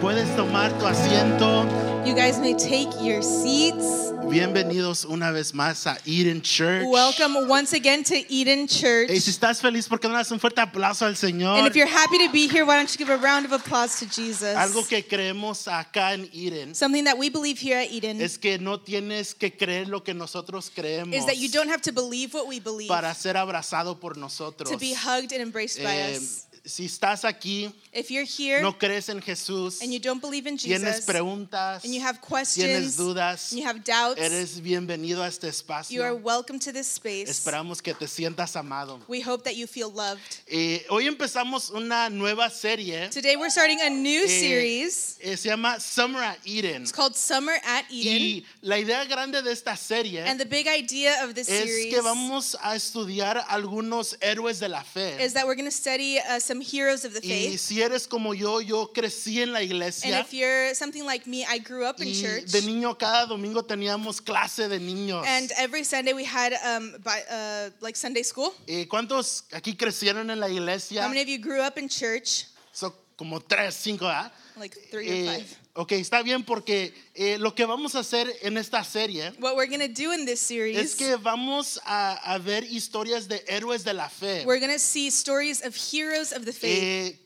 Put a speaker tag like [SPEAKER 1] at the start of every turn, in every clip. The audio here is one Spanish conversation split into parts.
[SPEAKER 1] Puedes tomar tu asiento.
[SPEAKER 2] You guys may take your seats.
[SPEAKER 1] Bienvenidos una vez más a Eden Church.
[SPEAKER 2] Welcome once again to Eden Church.
[SPEAKER 1] Y si estás feliz, ¿por qué no le das un fuerte aplauso al
[SPEAKER 2] And
[SPEAKER 1] Señor?
[SPEAKER 2] if you're happy to be here, why don't you give a round of applause to Jesus?
[SPEAKER 1] Algo que creemos acá en Eden
[SPEAKER 2] Something that we believe here at Eden
[SPEAKER 1] es que no tienes que creer lo que nosotros creemos
[SPEAKER 2] is that you don't have to believe what we believe
[SPEAKER 1] para ser abrazado por nosotros.
[SPEAKER 2] to be hugged and embraced by
[SPEAKER 1] Eh,
[SPEAKER 2] us.
[SPEAKER 1] si estás aquí,
[SPEAKER 2] If you're here
[SPEAKER 1] no crees en Jesús,
[SPEAKER 2] and you don't believe in
[SPEAKER 1] tienes
[SPEAKER 2] Jesus
[SPEAKER 1] preguntas,
[SPEAKER 2] and you have
[SPEAKER 1] tienes
[SPEAKER 2] questions
[SPEAKER 1] dudas,
[SPEAKER 2] and you have doubts,
[SPEAKER 1] eres bienvenido a este
[SPEAKER 2] you are
[SPEAKER 1] espacio.
[SPEAKER 2] welcome to this space.
[SPEAKER 1] Esperamos que te sientas amado.
[SPEAKER 2] We hope that you feel loved.
[SPEAKER 1] Eh, hoy empezamos una nueva serie.
[SPEAKER 2] Today we're starting a new
[SPEAKER 1] eh,
[SPEAKER 2] series.
[SPEAKER 1] eh, se llama Summer at Eden.
[SPEAKER 2] It's called Summer at Eden.
[SPEAKER 1] Y la idea grande de esta serie
[SPEAKER 2] And the big idea of this
[SPEAKER 1] es
[SPEAKER 2] series
[SPEAKER 1] que vamos a estudiar algunos héroes de la fe.
[SPEAKER 2] is that we're going to study uh, some heroes of the
[SPEAKER 1] Y
[SPEAKER 2] faith.
[SPEAKER 1] si eres como yo, yo crecí en la
[SPEAKER 2] And
[SPEAKER 1] iglesia.
[SPEAKER 2] if you're something like me, I grew up in
[SPEAKER 1] Y
[SPEAKER 2] church.
[SPEAKER 1] de niño cada domingo teníamos clase de niños.
[SPEAKER 2] And uh, every Sunday we had um, by, uh, like Sunday school.
[SPEAKER 1] Eh, ¿Cuántos aquí crecieron en la
[SPEAKER 2] How
[SPEAKER 1] iglesia?
[SPEAKER 2] many of you grew up in church?
[SPEAKER 1] Son como tres, cinco, ¿verdad?
[SPEAKER 2] Like three or
[SPEAKER 1] Eh,
[SPEAKER 2] five.
[SPEAKER 1] ok, está bien porque eh, lo que vamos a hacer en esta serie
[SPEAKER 2] What we're going to do in this
[SPEAKER 1] es
[SPEAKER 2] series,
[SPEAKER 1] que vamos a, a ver historias de héroes de la fe.
[SPEAKER 2] we're going to see stories of heroes of the faith.
[SPEAKER 1] Eh,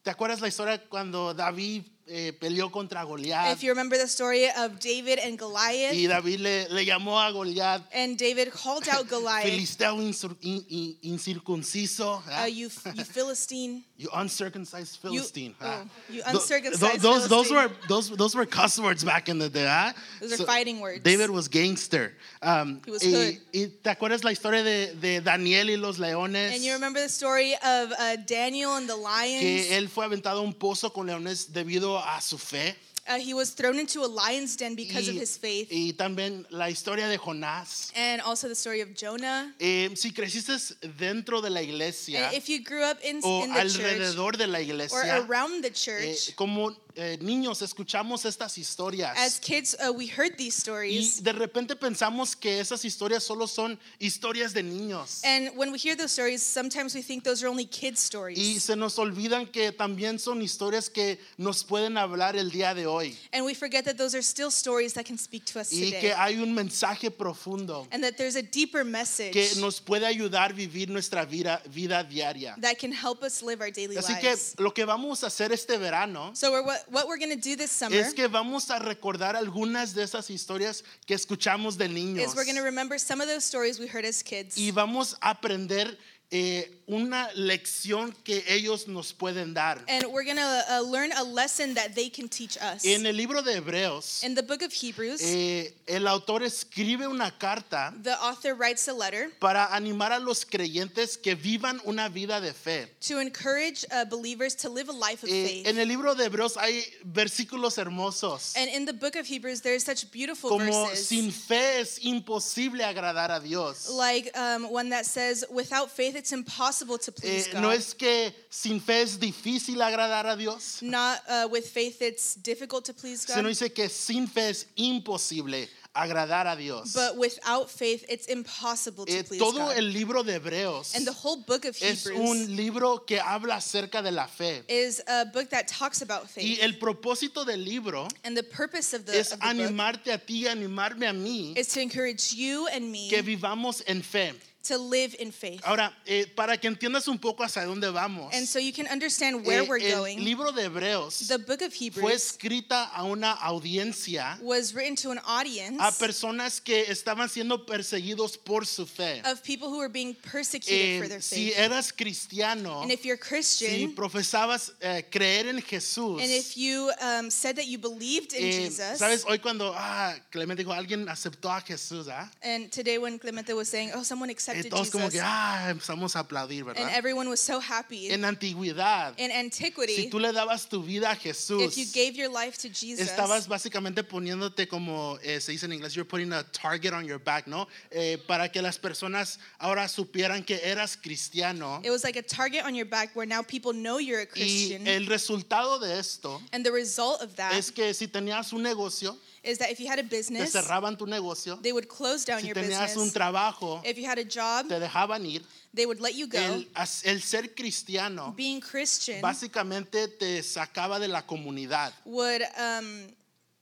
[SPEAKER 1] ¿Te acuerdas la historia cuando David eh, peleó contra Goliat?
[SPEAKER 2] If you remember the story of David and
[SPEAKER 1] Y
[SPEAKER 2] Goliath,
[SPEAKER 1] David le, le llamó a Goliat
[SPEAKER 2] and David called out Goliath,
[SPEAKER 1] filisteo insur- in- in- incircunciso.
[SPEAKER 2] uh,
[SPEAKER 1] ¿verdad?
[SPEAKER 2] you, f- you Philistine.
[SPEAKER 1] You uncircumcised Philistine. ¿verdad?
[SPEAKER 2] oh, you
[SPEAKER 1] Tho- tho-
[SPEAKER 2] uncircumcised
[SPEAKER 1] those, those were
[SPEAKER 2] Philistine.
[SPEAKER 1] those, those were cuss words back in the day. ¿verdad?
[SPEAKER 2] Those are fighting words.
[SPEAKER 1] David was gangster. Um,
[SPEAKER 2] He was
[SPEAKER 1] y-
[SPEAKER 2] hood.
[SPEAKER 1] y, te acuerdas la historia de, de Daniel y los leones?
[SPEAKER 2] And you remember the story of uh, Daniel and the lions?
[SPEAKER 1] que él fue aventado a un pozo con leones debido a su fe.
[SPEAKER 2] Uh, he was thrown into a lion's den because of
[SPEAKER 1] Y-
[SPEAKER 2] his faith.
[SPEAKER 1] Y también la historia de Jonás.
[SPEAKER 2] and also the story of Jonah.
[SPEAKER 1] Eh, si creciste dentro de la iglesia
[SPEAKER 2] And if you grew up in,
[SPEAKER 1] o
[SPEAKER 2] in the church
[SPEAKER 1] alrededor de la
[SPEAKER 2] or
[SPEAKER 1] iglesia,
[SPEAKER 2] around
[SPEAKER 1] eh,
[SPEAKER 2] the church,
[SPEAKER 1] como eh, niños escuchamos estas
[SPEAKER 2] as
[SPEAKER 1] historias
[SPEAKER 2] kids, uh, we heard these
[SPEAKER 1] eh, y
[SPEAKER 2] stories.
[SPEAKER 1] de repente pensamos que esas historias solo son historias de niños
[SPEAKER 2] And when we hear those stories, sometimes we think those are only kids'
[SPEAKER 1] y
[SPEAKER 2] stories.
[SPEAKER 1] se nos olvidan que también son historias que nos pueden hablar el día de hoy
[SPEAKER 2] And we forget that those are still stories that can speak to us
[SPEAKER 1] y que
[SPEAKER 2] today.
[SPEAKER 1] hay un mensaje profundo
[SPEAKER 2] And that there's a deeper message
[SPEAKER 1] que nos puede ayudar a vivir nuestra vida, vida diaria.
[SPEAKER 2] that can help us live our daily
[SPEAKER 1] Así que
[SPEAKER 2] lives.
[SPEAKER 1] lo que vamos a hacer este verano
[SPEAKER 2] So, we're, what, what we're going to do this summer
[SPEAKER 1] es que vamos a recordar algunas de esas historias que escuchamos de niños
[SPEAKER 2] is we're going to remember some of those stories we heard as kids.
[SPEAKER 1] y vamos a aprender eh, una lección que ellos nos pueden dar.
[SPEAKER 2] And we're going to uh, learn a lesson that they can teach us.
[SPEAKER 1] En el libro de Hebreos,
[SPEAKER 2] In the book of Hebrews,
[SPEAKER 1] eh, el autor escribe una carta
[SPEAKER 2] the author writes a letter
[SPEAKER 1] para animar a los creyentes que vivan una vida de fe.
[SPEAKER 2] to encourage uh, believers to live a life of
[SPEAKER 1] Eh,
[SPEAKER 2] faith.
[SPEAKER 1] en el libro de Hebreos hay versículos hermosos.
[SPEAKER 2] and in the book of Hebrews, there's such beautiful
[SPEAKER 1] Como
[SPEAKER 2] verses.
[SPEAKER 1] sin fe es imposible agradar a Dios.
[SPEAKER 2] like um, one that says, without faith, it's impossible to
[SPEAKER 1] Eh,
[SPEAKER 2] please God.
[SPEAKER 1] no es que sin fe es difícil agradar a Dios,
[SPEAKER 2] Not uh, with faith, it's difficult to please God.
[SPEAKER 1] sino dice que sin fe es imposible agradar a Dios.
[SPEAKER 2] but without faith, it's impossible to
[SPEAKER 1] Eh,
[SPEAKER 2] please
[SPEAKER 1] todo
[SPEAKER 2] God.
[SPEAKER 1] el libro de Hebreos
[SPEAKER 2] and the whole book of
[SPEAKER 1] es
[SPEAKER 2] Hebrews
[SPEAKER 1] un libro que habla acerca de la fe.
[SPEAKER 2] is a book that talks about faith.
[SPEAKER 1] Y el propósito del libro
[SPEAKER 2] And the purpose of the,
[SPEAKER 1] es
[SPEAKER 2] of the book
[SPEAKER 1] animarte a ti, animarme a mí,
[SPEAKER 2] is to encourage you and me
[SPEAKER 1] que vivamos en fe.
[SPEAKER 2] to live in faith.
[SPEAKER 1] Ahora, eh, para que entiendas un poco hacia dónde vamos,
[SPEAKER 2] And so you can understand where
[SPEAKER 1] eh,
[SPEAKER 2] we're
[SPEAKER 1] el
[SPEAKER 2] going.
[SPEAKER 1] libro de Hebreos
[SPEAKER 2] the book of
[SPEAKER 1] fue
[SPEAKER 2] Hebrews
[SPEAKER 1] escrita a una audiencia
[SPEAKER 2] was written to an audience
[SPEAKER 1] a personas que estaban siendo perseguidos por su fe.
[SPEAKER 2] of people who were being persecuted
[SPEAKER 1] Eh,
[SPEAKER 2] for their
[SPEAKER 1] si
[SPEAKER 2] faith.
[SPEAKER 1] eras cristiano,
[SPEAKER 2] and if you're Christian,
[SPEAKER 1] si profesabas eh, creer en Jesús,
[SPEAKER 2] and if you um, said that you believed in
[SPEAKER 1] eh,
[SPEAKER 2] Jesus,
[SPEAKER 1] sabes hoy cuando ah, Clemente dijo alguien aceptó a Jesús, ¿ah?
[SPEAKER 2] and today when Clemente was saying, oh, someone
[SPEAKER 1] Eh,
[SPEAKER 2] accepted
[SPEAKER 1] todos
[SPEAKER 2] Jesus,
[SPEAKER 1] como que ah, empezamos a aplaudir,
[SPEAKER 2] and
[SPEAKER 1] ¿verdad?
[SPEAKER 2] everyone was so happy.
[SPEAKER 1] En antigüedad,
[SPEAKER 2] in
[SPEAKER 1] si
[SPEAKER 2] antiquity,
[SPEAKER 1] tú le dabas tu vida a
[SPEAKER 2] if
[SPEAKER 1] Jesús,
[SPEAKER 2] you gave your life to Jesus,
[SPEAKER 1] estabas básicamente poniéndote como eh, se dice en inglés, you're putting a target on your back, ¿no? Eh, para que las personas ahora supieran que eras cristiano.
[SPEAKER 2] it was like a target on your back where now people know you're a
[SPEAKER 1] Y
[SPEAKER 2] Christian.
[SPEAKER 1] el resultado de esto
[SPEAKER 2] and the result of that
[SPEAKER 1] es que si tenías un negocio,
[SPEAKER 2] is that if you had a
[SPEAKER 1] te
[SPEAKER 2] business,
[SPEAKER 1] cerraban tu negocio.
[SPEAKER 2] they would close down
[SPEAKER 1] Si
[SPEAKER 2] your
[SPEAKER 1] tenías
[SPEAKER 2] business.
[SPEAKER 1] un trabajo,
[SPEAKER 2] if you had a job,
[SPEAKER 1] te dejaban ir.
[SPEAKER 2] they would let you go.
[SPEAKER 1] El, as- el ser cristiano
[SPEAKER 2] Being Christian
[SPEAKER 1] básicamente te sacaba de la comunidad.
[SPEAKER 2] would um,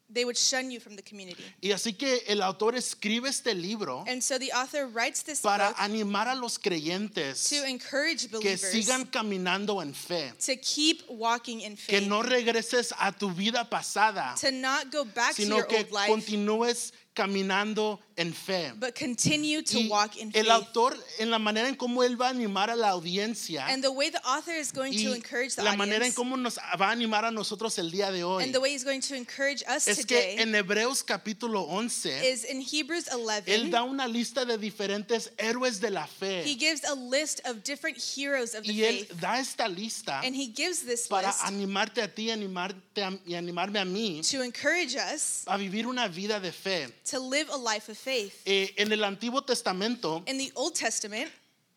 [SPEAKER 2] they would shun you from the community.
[SPEAKER 1] Y así que el autor escribe este libro
[SPEAKER 2] And so the author writes this
[SPEAKER 1] para
[SPEAKER 2] book
[SPEAKER 1] animar a los creyentes
[SPEAKER 2] to encourage
[SPEAKER 1] que
[SPEAKER 2] believers
[SPEAKER 1] sigan caminando en fe.
[SPEAKER 2] to keep walking in
[SPEAKER 1] Que
[SPEAKER 2] faith,
[SPEAKER 1] no regreses a tu vida pasada,
[SPEAKER 2] to not go back to
[SPEAKER 1] sino
[SPEAKER 2] your
[SPEAKER 1] que
[SPEAKER 2] old life,
[SPEAKER 1] continúes caminando en fe.
[SPEAKER 2] but continue to
[SPEAKER 1] Y
[SPEAKER 2] walk in
[SPEAKER 1] el
[SPEAKER 2] faith.
[SPEAKER 1] autor, en la manera en cómo él va a animar a la audiencia
[SPEAKER 2] and the way the author is going
[SPEAKER 1] y
[SPEAKER 2] to encourage the
[SPEAKER 1] la manera en
[SPEAKER 2] audience,
[SPEAKER 1] cómo nos va a animar a nosotros el día de hoy,
[SPEAKER 2] and the way he's going to encourage us
[SPEAKER 1] es
[SPEAKER 2] today,
[SPEAKER 1] que en Hebreos capítulo 11,
[SPEAKER 2] is in Hebrews 11.
[SPEAKER 1] él da una lista de diferentes héroes de la
[SPEAKER 2] He
[SPEAKER 1] fe
[SPEAKER 2] gives a list of different heroes of the
[SPEAKER 1] y él
[SPEAKER 2] faith.
[SPEAKER 1] da esta lista
[SPEAKER 2] And he gives this
[SPEAKER 1] para
[SPEAKER 2] list
[SPEAKER 1] animarte a ti animarte a- y animarme a mí
[SPEAKER 2] to encourage us
[SPEAKER 1] a vivir una vida de fe.
[SPEAKER 2] to live a life of faith.
[SPEAKER 1] Eh, en el Antiguo Testamento,
[SPEAKER 2] In the Old Testament,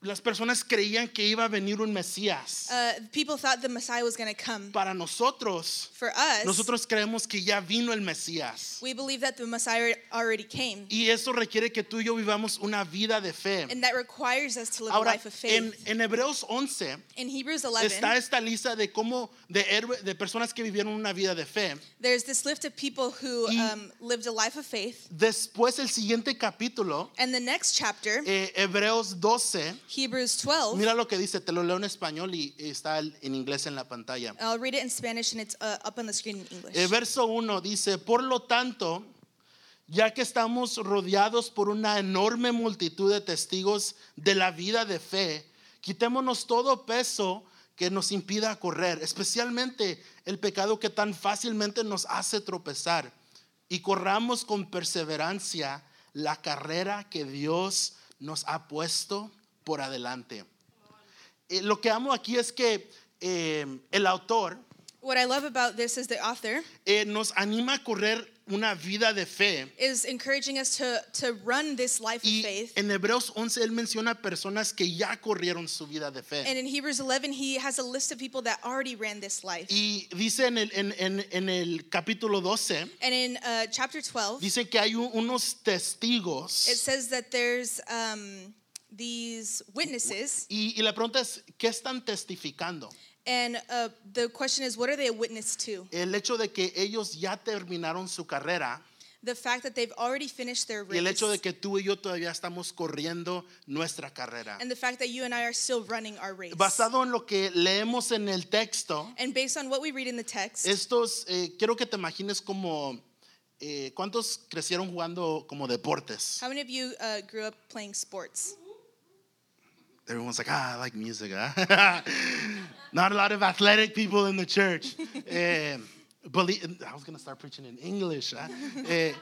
[SPEAKER 1] las personas creían que iba a venir un Mesías.
[SPEAKER 2] uh, people thought the Messiah was going to come.
[SPEAKER 1] Para nosotros,
[SPEAKER 2] For us,
[SPEAKER 1] nosotros creemos que ya vino el Mesías.
[SPEAKER 2] we believe that the Messiah already came.
[SPEAKER 1] Y eso requiere que tú y yo vivamos una vida de fe.
[SPEAKER 2] And that requires us to live a
[SPEAKER 1] Ahora,
[SPEAKER 2] life of
[SPEAKER 1] en,
[SPEAKER 2] faith.
[SPEAKER 1] en Hebreos 11
[SPEAKER 2] In Hebrews
[SPEAKER 1] está
[SPEAKER 2] 11,
[SPEAKER 1] esta lista de cómo de, héroe- de personas que vivieron una vida de fe.
[SPEAKER 2] there's this list of people who
[SPEAKER 1] Y-
[SPEAKER 2] um, lived a life of faith.
[SPEAKER 1] Después, el siguiente capítulo,
[SPEAKER 2] And the next chapter,
[SPEAKER 1] eh, Hebreos 12,
[SPEAKER 2] Hebrews 12,
[SPEAKER 1] Mira lo que dice, te lo leo en español y está el- en inglés en la pantalla.
[SPEAKER 2] I'll read it in Spanish and it's uh, up on the screen in English.
[SPEAKER 1] El verso 1 dice, por lo tanto, ya que estamos rodeados por una enorme multitud de testigos de la vida de fe, quitémonos todo peso que nos impida correr, especialmente el pecado que tan fácilmente nos hace tropezar, y corramos con perseverancia la carrera que Dios nos ha puesto por adelante. Eh, lo que amo aquí es que eh, el autor,
[SPEAKER 2] What I love about this is the author
[SPEAKER 1] eh, nos anima a correr una vida de fe.
[SPEAKER 2] is encouraging us to, to run this life of
[SPEAKER 1] Y
[SPEAKER 2] faith.
[SPEAKER 1] en Hebreos 11 él menciona personas que ya corrieron su vida de
[SPEAKER 2] And
[SPEAKER 1] fe.
[SPEAKER 2] in Hebrews 11, he has a list of people that already ran this life.
[SPEAKER 1] Y dice en el, en- en- en el capítulo 12,
[SPEAKER 2] And in uh, chapter 12, it
[SPEAKER 1] dice que hay un- unos testigos.
[SPEAKER 2] says that there's um, these witnesses.
[SPEAKER 1] Y, y la pregunta es, ¿qué están testificando?
[SPEAKER 2] And uh, the question is, what are they a witness to?
[SPEAKER 1] El hecho de que ellos ya terminaron su carrera
[SPEAKER 2] The fact that they've already finished their
[SPEAKER 1] y el
[SPEAKER 2] race.
[SPEAKER 1] hecho de que tú y yo todavía estamos corriendo nuestra carrera.
[SPEAKER 2] And the fact that you and I are still running our race.
[SPEAKER 1] Basado en lo que leemos en el texto,
[SPEAKER 2] And based on what we read in the text,
[SPEAKER 1] Estos, eh, quiero que te imagines como, eh, ¿cuántos crecieron jugando como deportes?
[SPEAKER 2] how many of you uh, grew up playing sports?
[SPEAKER 1] Everyone's like, ah, I like music. ah." Not a lot of athletic people in the church. Eh, belie- I was going to start preaching in English. ah. Eh,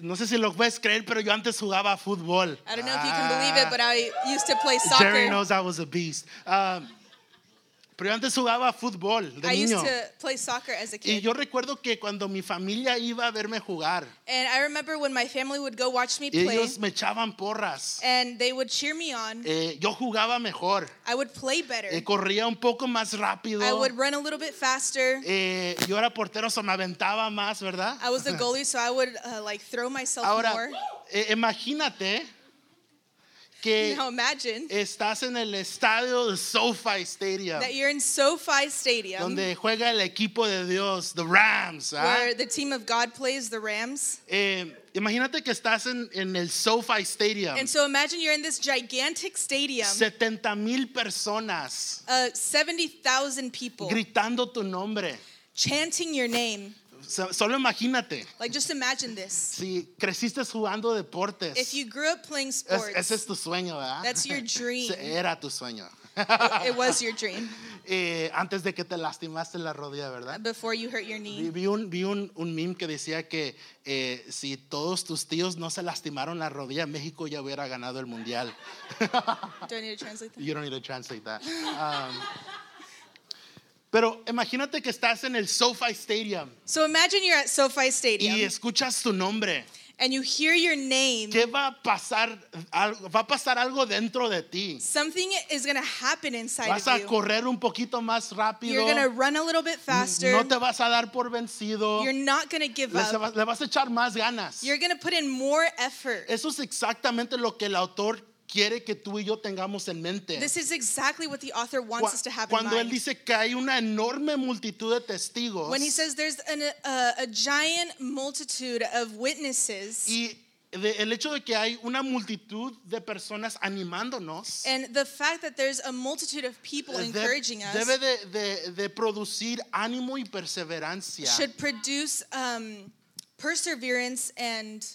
[SPEAKER 1] no sé si lo puedes creer, pero yo antes jugaba fútbol.
[SPEAKER 2] I don't know if you can believe it,
[SPEAKER 1] Ah.
[SPEAKER 2] but I used to play soccer.
[SPEAKER 1] Jerry knows I was a beast. Um, pero yo antes jugaba fútbol de
[SPEAKER 2] I used
[SPEAKER 1] niño.
[SPEAKER 2] to play soccer as a
[SPEAKER 1] Y
[SPEAKER 2] kid.
[SPEAKER 1] yo recuerdo que cuando mi familia iba a verme jugar,
[SPEAKER 2] And I remember when my family would go watch me play
[SPEAKER 1] ellos me echaban porras.
[SPEAKER 2] and they would cheer me on.
[SPEAKER 1] Eh, yo jugaba mejor,
[SPEAKER 2] I would play better.
[SPEAKER 1] eh, corría un poco más rápido,
[SPEAKER 2] I would run a little bit faster.
[SPEAKER 1] eh, yo era portero, se me aventaba más, ¿verdad?
[SPEAKER 2] I was a goalie, so I would uh, like throw myself
[SPEAKER 1] Eh, Ahora,
[SPEAKER 2] more.
[SPEAKER 1] eh, imagínate que
[SPEAKER 2] Now imagine
[SPEAKER 1] estás en el estadio de SoFi Stadium,
[SPEAKER 2] that you're in SoFi Stadium
[SPEAKER 1] donde juega el equipo de Dios, the Rams. ¿ah?
[SPEAKER 2] where the team of God plays the Rams.
[SPEAKER 1] Eh, imagínate que estás en, en el SoFi Stadium,
[SPEAKER 2] And so imagine you're in this gigantic stadium,
[SPEAKER 1] 70 mil personas
[SPEAKER 2] uh, 70,000 people
[SPEAKER 1] gritando tu nombre.
[SPEAKER 2] chanting your name.
[SPEAKER 1] So- Solo imagínate.
[SPEAKER 2] Like just imagine this.
[SPEAKER 1] Si creciste jugando deportes,
[SPEAKER 2] If you grew up playing
[SPEAKER 1] Es-
[SPEAKER 2] sports,
[SPEAKER 1] ese es tu sueño, ¿verdad?
[SPEAKER 2] That's your dream.
[SPEAKER 1] Se- Era tu sueño.
[SPEAKER 2] it was your dream.
[SPEAKER 1] Eh, antes de que te lastimaste la rodilla, ¿verdad?
[SPEAKER 2] before you hurt your
[SPEAKER 1] Vi,
[SPEAKER 2] knee.
[SPEAKER 1] vi un, vi un, un meme que decía que eh, si todos tus tíos no se lastimaron la rodilla, México ya hubiera ganado el mundial. Uh.
[SPEAKER 2] Do I need to translate that?
[SPEAKER 1] You don't need to translate that. Um, pero imagínate que estás en el SoFi Stadium
[SPEAKER 2] So imagine you're at SoFi
[SPEAKER 1] y
[SPEAKER 2] Stadium
[SPEAKER 1] escuchas tu nombre.
[SPEAKER 2] and you hear your name.
[SPEAKER 1] ¿Qué va a pasar? Al- Va a pasar algo dentro de ti.
[SPEAKER 2] Something is going to happen inside
[SPEAKER 1] Vas a
[SPEAKER 2] of you.
[SPEAKER 1] correr un poquito más rápido. Mm,
[SPEAKER 2] You're going to run a little bit faster.
[SPEAKER 1] No te vas a dar por vencido.
[SPEAKER 2] You're not going to give
[SPEAKER 1] Le, se
[SPEAKER 2] up.
[SPEAKER 1] va- le vas a echar más ganas.
[SPEAKER 2] You're going to put in more effort.
[SPEAKER 1] Eso es exactamente lo que el autor quiere que tú y yo tengamos en mente.
[SPEAKER 2] This is exactly what the author wants us to
[SPEAKER 1] Cua-
[SPEAKER 2] have in
[SPEAKER 1] Cuando él
[SPEAKER 2] mind.
[SPEAKER 1] dice que hay una enorme multitud de testigos
[SPEAKER 2] When he says there's an, uh, a giant multitude of witnesses,
[SPEAKER 1] y de- el hecho de que hay una multitud de personas animándonos,
[SPEAKER 2] and the fact that there's a multitude of people
[SPEAKER 1] de-
[SPEAKER 2] encouraging
[SPEAKER 1] debe
[SPEAKER 2] us
[SPEAKER 1] de, de- de producir ánimo y perseverancia.
[SPEAKER 2] should produce um, perseverance and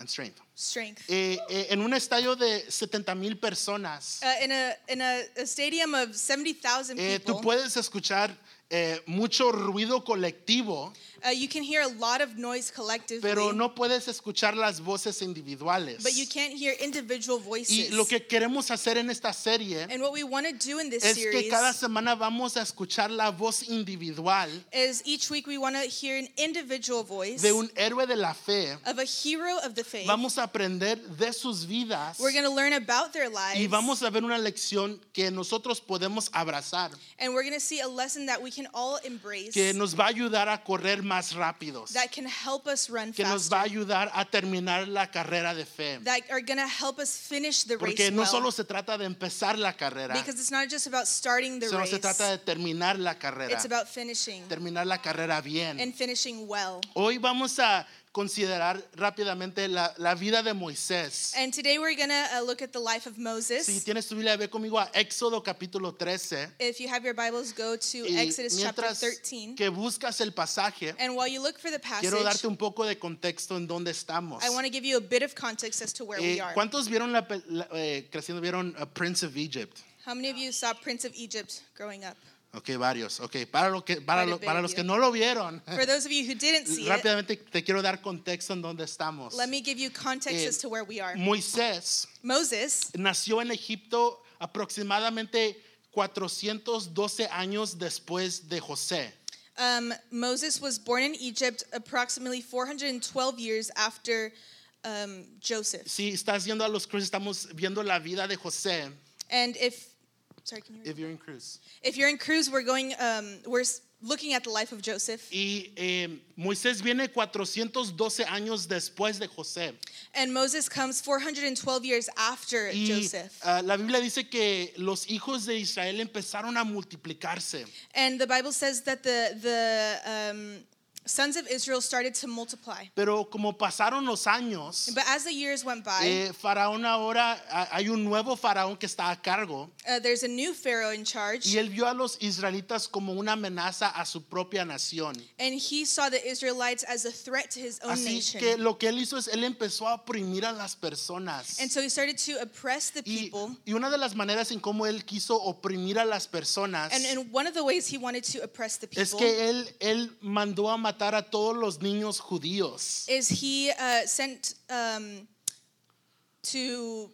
[SPEAKER 1] and strength.
[SPEAKER 2] strength.
[SPEAKER 1] Eh, eh, en un estadio de 70 mil personas,
[SPEAKER 2] Uh, in a, in a, a stadium of 70,000
[SPEAKER 1] eh, tú
[SPEAKER 2] people,
[SPEAKER 1] puedes escuchar eh, mucho ruido colectivo,
[SPEAKER 2] uh, you can hear a lot of noise collectively,
[SPEAKER 1] pero no puedes escuchar las voces individuales.
[SPEAKER 2] but you can't hear individual voices.
[SPEAKER 1] Y lo que queremos hacer en esta serie
[SPEAKER 2] and what we want to do in this
[SPEAKER 1] es que
[SPEAKER 2] series
[SPEAKER 1] cada semana vamos a escuchar la voz individual
[SPEAKER 2] is each week we want to hear an individual voice
[SPEAKER 1] de un héroe de la fe.
[SPEAKER 2] of a hero of the faith.
[SPEAKER 1] Vamos a aprender de sus vidas
[SPEAKER 2] We're going to learn about their lives.
[SPEAKER 1] y vamos a ver una lección que nosotros podemos abrazar,
[SPEAKER 2] and we're going to see a lesson that we can all embrace
[SPEAKER 1] que nos va a ayudar a correr más rápidos,
[SPEAKER 2] that can help us run
[SPEAKER 1] que nos
[SPEAKER 2] faster,
[SPEAKER 1] va a ayudar a terminar la carrera de fe.
[SPEAKER 2] that are going to help us finish the
[SPEAKER 1] Porque
[SPEAKER 2] race
[SPEAKER 1] no
[SPEAKER 2] well.
[SPEAKER 1] solo se trata de empezar la carrera,
[SPEAKER 2] because it's not just about starting the
[SPEAKER 1] sino
[SPEAKER 2] race.
[SPEAKER 1] se trata de terminar la carrera,
[SPEAKER 2] It's about finishing
[SPEAKER 1] terminar la carrera bien.
[SPEAKER 2] and finishing well.
[SPEAKER 1] Hoy vamos a considerar rápidamente la, la vida de Moisés.
[SPEAKER 2] And today we're going to uh, look at the life of Moses.
[SPEAKER 1] Si tienes tu Biblia, ve conmigo a Éxodo capítulo 13.
[SPEAKER 2] if you have your Bibles, go to
[SPEAKER 1] Y
[SPEAKER 2] Exodus chapter
[SPEAKER 1] mientras
[SPEAKER 2] 13.
[SPEAKER 1] que buscas el pasaje,
[SPEAKER 2] And while you look for the passage,
[SPEAKER 1] quiero darte un poco de contexto en dónde estamos.
[SPEAKER 2] I want to give you a bit of context as to where
[SPEAKER 1] Eh,
[SPEAKER 2] we are.
[SPEAKER 1] ¿Cuántos vieron la, pe- la- eh, creciendo vieron uh, Prince of Egypt?
[SPEAKER 2] How many of you saw Prince of Egypt growing up?
[SPEAKER 1] Ok, varios. Ok, para, lo que, para,
[SPEAKER 2] Quite a
[SPEAKER 1] lo-
[SPEAKER 2] bit
[SPEAKER 1] para
[SPEAKER 2] of
[SPEAKER 1] los
[SPEAKER 2] you.
[SPEAKER 1] que no lo vieron,
[SPEAKER 2] For those of you who didn't see it,
[SPEAKER 1] rápidamente te quiero dar contexto en dónde estamos.
[SPEAKER 2] eh, let me give you context
[SPEAKER 1] Eh,
[SPEAKER 2] as to where we are.
[SPEAKER 1] Moisés
[SPEAKER 2] Moses
[SPEAKER 1] nació en Egipto aproximadamente 412 años después de José.
[SPEAKER 2] um, Moses was born in Egypt approximately 412 years after um, Joseph.
[SPEAKER 1] Si estás viendo a los cruces, estamos viendo la vida de José.
[SPEAKER 2] And if sorry, can you
[SPEAKER 1] If you're in cruise.
[SPEAKER 2] If you're in cruise, we're going. Um, we're s- looking at the life of Joseph,
[SPEAKER 1] Y eh, Moisés viene 412 años después de José.
[SPEAKER 2] and Moses comes 412 years after
[SPEAKER 1] Y
[SPEAKER 2] Joseph.
[SPEAKER 1] ah, la Biblia dice que los hijos de Israel empezaron a multiplicarse.
[SPEAKER 2] And the Bible says that the the um, sons of Israel started to multiply.
[SPEAKER 1] Pero como pasaron los años,
[SPEAKER 2] But as the years went by,
[SPEAKER 1] eh, faraón ahora, ah, hay un nuevo faraón que está a cargo.
[SPEAKER 2] uh, there's a new pharaoh in charge,
[SPEAKER 1] Y él vio a los israelitas como una amenaza a su propia nación.
[SPEAKER 2] and he saw the Israelites as a threat to his own
[SPEAKER 1] Así
[SPEAKER 2] nation.
[SPEAKER 1] que lo que él hizo es, él empezó a oprimir a las personas.
[SPEAKER 2] and so he started to oppress the
[SPEAKER 1] Y,
[SPEAKER 2] people.
[SPEAKER 1] y una de las maneras en cómo él quiso oprimir a las personas
[SPEAKER 2] And, and one of the ways he wanted to oppress the people
[SPEAKER 1] es que él, él mandó a matar a todos los niños judíos.
[SPEAKER 2] is he uh, sent um, to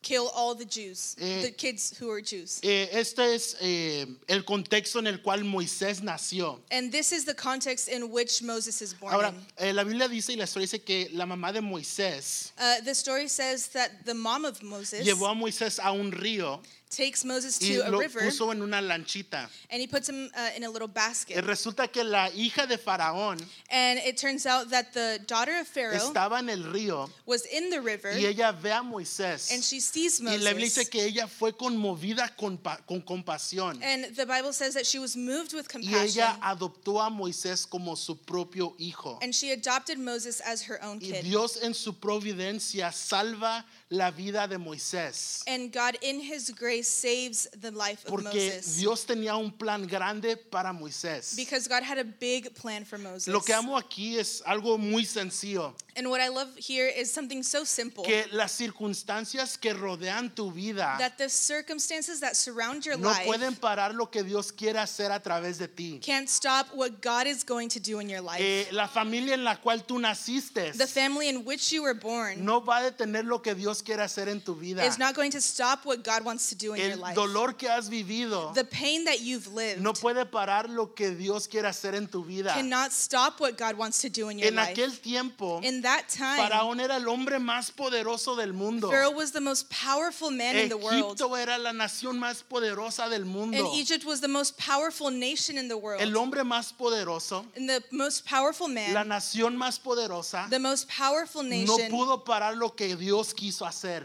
[SPEAKER 2] kill all the Jews,
[SPEAKER 1] Eh,
[SPEAKER 2] the kids who were Jews.
[SPEAKER 1] Eh, este es eh, el contexto en el cual Moisés nació.
[SPEAKER 2] and this is the context in which Moses is born.
[SPEAKER 1] Ahora,
[SPEAKER 2] in.
[SPEAKER 1] eh, la Biblia dice y la historia dice que la mamá de Moisés
[SPEAKER 2] Uh, the story says that the mom of Moses
[SPEAKER 1] llevó a Moisés a un río
[SPEAKER 2] takes Moses
[SPEAKER 1] y
[SPEAKER 2] to a
[SPEAKER 1] lo
[SPEAKER 2] river
[SPEAKER 1] puso en una lanchita.
[SPEAKER 2] and he puts him uh, in a little
[SPEAKER 1] Eh,
[SPEAKER 2] basket.
[SPEAKER 1] Resulta que la hija de Faraón
[SPEAKER 2] And it turns out that the daughter of Pharaoh
[SPEAKER 1] estaba en el río
[SPEAKER 2] was in the river
[SPEAKER 1] y ella ve a Moisés.
[SPEAKER 2] and she sees
[SPEAKER 1] Y la Biblia dice
[SPEAKER 2] Moses.
[SPEAKER 1] que ella fue conmovida con, pa- con compasión
[SPEAKER 2] And the Bible says that she was moved with
[SPEAKER 1] y
[SPEAKER 2] compassion
[SPEAKER 1] ella adoptó a Moisés como su propio hijo.
[SPEAKER 2] and she adopted Moses as her own
[SPEAKER 1] Y
[SPEAKER 2] kid.
[SPEAKER 1] Dios en su providencia salva la vida de Moisés.
[SPEAKER 2] And God, in His grace, saves the life of
[SPEAKER 1] Porque
[SPEAKER 2] Moses.
[SPEAKER 1] Dios tenía un plan grande para Moisés.
[SPEAKER 2] Because God had a big plan for Moses.
[SPEAKER 1] Lo que amo aquí es algo muy sencillo,
[SPEAKER 2] and what I love here is something so simple
[SPEAKER 1] que las circunstancias que rodean tu vida
[SPEAKER 2] that the circumstances that surround your
[SPEAKER 1] no
[SPEAKER 2] life
[SPEAKER 1] pueden parar lo que Dios quiere hacer a través de ti.
[SPEAKER 2] can't stop what God is going to do in your life.
[SPEAKER 1] Eh, la familia en la cual tú naciste
[SPEAKER 2] the family in which you were born
[SPEAKER 1] no va a detener lo que Dios quiere hacer en tu vida.
[SPEAKER 2] is not going to stop what God wants to do in your
[SPEAKER 1] El
[SPEAKER 2] life.
[SPEAKER 1] dolor que has vivido
[SPEAKER 2] the pain that you've lived
[SPEAKER 1] no puede parar lo que Dios quiere hacer en tu vida.
[SPEAKER 2] cannot stop what God wants to do in your
[SPEAKER 1] En
[SPEAKER 2] life.
[SPEAKER 1] aquel tiempo,
[SPEAKER 2] in that time,
[SPEAKER 1] Faraón era el hombre más poderoso del mundo.
[SPEAKER 2] Pharaoh was the most powerful man in the world.
[SPEAKER 1] Egipto era la nación más poderosa del
[SPEAKER 2] And
[SPEAKER 1] mundo.
[SPEAKER 2] Egypt was the most powerful nation in the world.
[SPEAKER 1] El hombre más poderoso,
[SPEAKER 2] And the most powerful
[SPEAKER 1] la
[SPEAKER 2] man,
[SPEAKER 1] nación más poderosa,
[SPEAKER 2] the most powerful
[SPEAKER 1] no
[SPEAKER 2] nation,
[SPEAKER 1] pudo parar lo que Dios quiso hacer.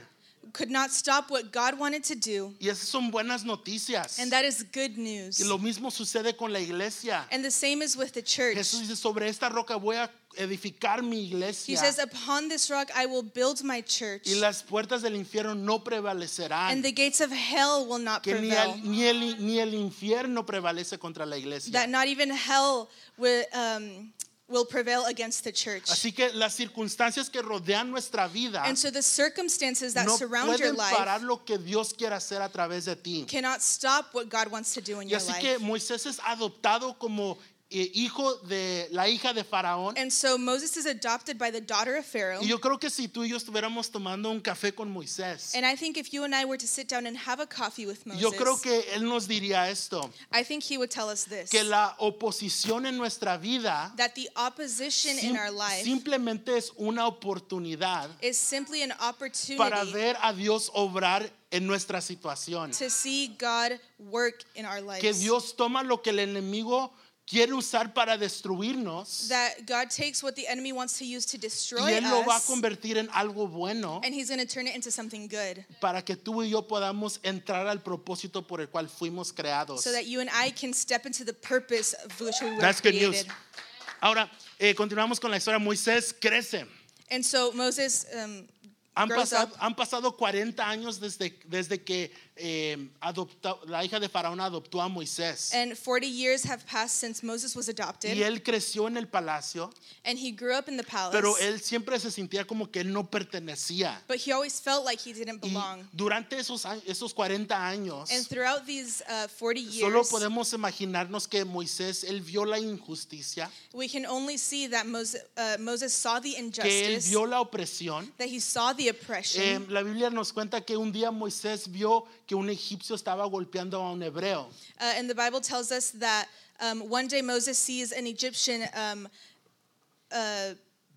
[SPEAKER 2] could not stop what God wanted to do.
[SPEAKER 1] Y esas son buenas noticias.
[SPEAKER 2] And that is good
[SPEAKER 1] Y
[SPEAKER 2] news.
[SPEAKER 1] lo mismo sucede con la iglesia.
[SPEAKER 2] And the same is with the church.
[SPEAKER 1] Jesús dice, sobre esta roca voy a edificar mi
[SPEAKER 2] He
[SPEAKER 1] iglesia.
[SPEAKER 2] says, Upon this rock I will build my church,
[SPEAKER 1] Y las puertas del infierno no
[SPEAKER 2] and
[SPEAKER 1] prevalecerán.
[SPEAKER 2] the gates of hell will not
[SPEAKER 1] Que ni
[SPEAKER 2] prevail.
[SPEAKER 1] el, ni, el, ni el infierno prevalece contra la
[SPEAKER 2] That
[SPEAKER 1] iglesia.
[SPEAKER 2] not even hell will, um, will prevail against the church.
[SPEAKER 1] Así que las circunstancias que rodean nuestra vida
[SPEAKER 2] And so the circumstances that
[SPEAKER 1] no
[SPEAKER 2] surround your
[SPEAKER 1] pueden parar
[SPEAKER 2] life
[SPEAKER 1] lo que Dios quiere hacer a través de ti.
[SPEAKER 2] cannot stop what God wants to do in
[SPEAKER 1] Y
[SPEAKER 2] your
[SPEAKER 1] así que
[SPEAKER 2] life.
[SPEAKER 1] Moisés es adoptado como eh, hijo de la hija de Faraón.
[SPEAKER 2] And so Moses is adopted by the daughter of Pharaoh.
[SPEAKER 1] Y yo creo que si tú y yo estuviéramos tomando un café con Moisés,
[SPEAKER 2] And I think if you and I were to sit down and have a coffee with
[SPEAKER 1] yo creo
[SPEAKER 2] Moses,
[SPEAKER 1] que él nos diría esto,
[SPEAKER 2] I think he would tell us this
[SPEAKER 1] que la oposición en nuestra vida
[SPEAKER 2] that the opposition in
[SPEAKER 1] sim-
[SPEAKER 2] our life
[SPEAKER 1] simplemente es una oportunidad
[SPEAKER 2] is simply an
[SPEAKER 1] para
[SPEAKER 2] opportunity
[SPEAKER 1] ver a Dios obrar en nuestra situación.
[SPEAKER 2] to see God work in our lives.
[SPEAKER 1] Que Dios toma lo que el enemigo quiere usar para destruirnos
[SPEAKER 2] that God takes what the enemy wants to use to
[SPEAKER 1] y
[SPEAKER 2] destroy
[SPEAKER 1] él lo va a
[SPEAKER 2] us
[SPEAKER 1] convertir en algo bueno
[SPEAKER 2] and he's going to turn it into something good
[SPEAKER 1] para que tú y yo podamos entrar al propósito por el cual fuimos creados.
[SPEAKER 2] so that you and I can step into the purpose of which we were
[SPEAKER 1] That's good
[SPEAKER 2] created.
[SPEAKER 1] news. Ahora, eh, continuamos con la historia. Moisés crece.
[SPEAKER 2] And so Moses um,
[SPEAKER 1] Han
[SPEAKER 2] grows
[SPEAKER 1] pasado,
[SPEAKER 2] up.
[SPEAKER 1] han pasado 40 años desde, desde que eh, adopta- la hija de Faraón adoptó a Moisés.
[SPEAKER 2] And 40 years have passed since Moses was adopted,
[SPEAKER 1] Y él creció en el palacio,
[SPEAKER 2] and he grew up in the palace.
[SPEAKER 1] pero él siempre se sentía como que él no pertenecía.
[SPEAKER 2] but he always felt like he didn't
[SPEAKER 1] Y
[SPEAKER 2] belong.
[SPEAKER 1] durante esos, a- esos 40 años,
[SPEAKER 2] And throughout these uh, 40
[SPEAKER 1] solo
[SPEAKER 2] years,
[SPEAKER 1] podemos imaginarnos que Moisés, él vio la injusticia,
[SPEAKER 2] we can only see that Moses, uh, Moses saw the
[SPEAKER 1] que él
[SPEAKER 2] injustice,
[SPEAKER 1] vio la opresión.
[SPEAKER 2] that he saw the
[SPEAKER 1] Eh,
[SPEAKER 2] oppression.
[SPEAKER 1] la Biblia nos cuenta que un día Moisés vio que un egipcio estaba golpeando a un hebreo.
[SPEAKER 2] Uh, and the Bible tells us that um, one day Moses sees an Egyptian um, uh,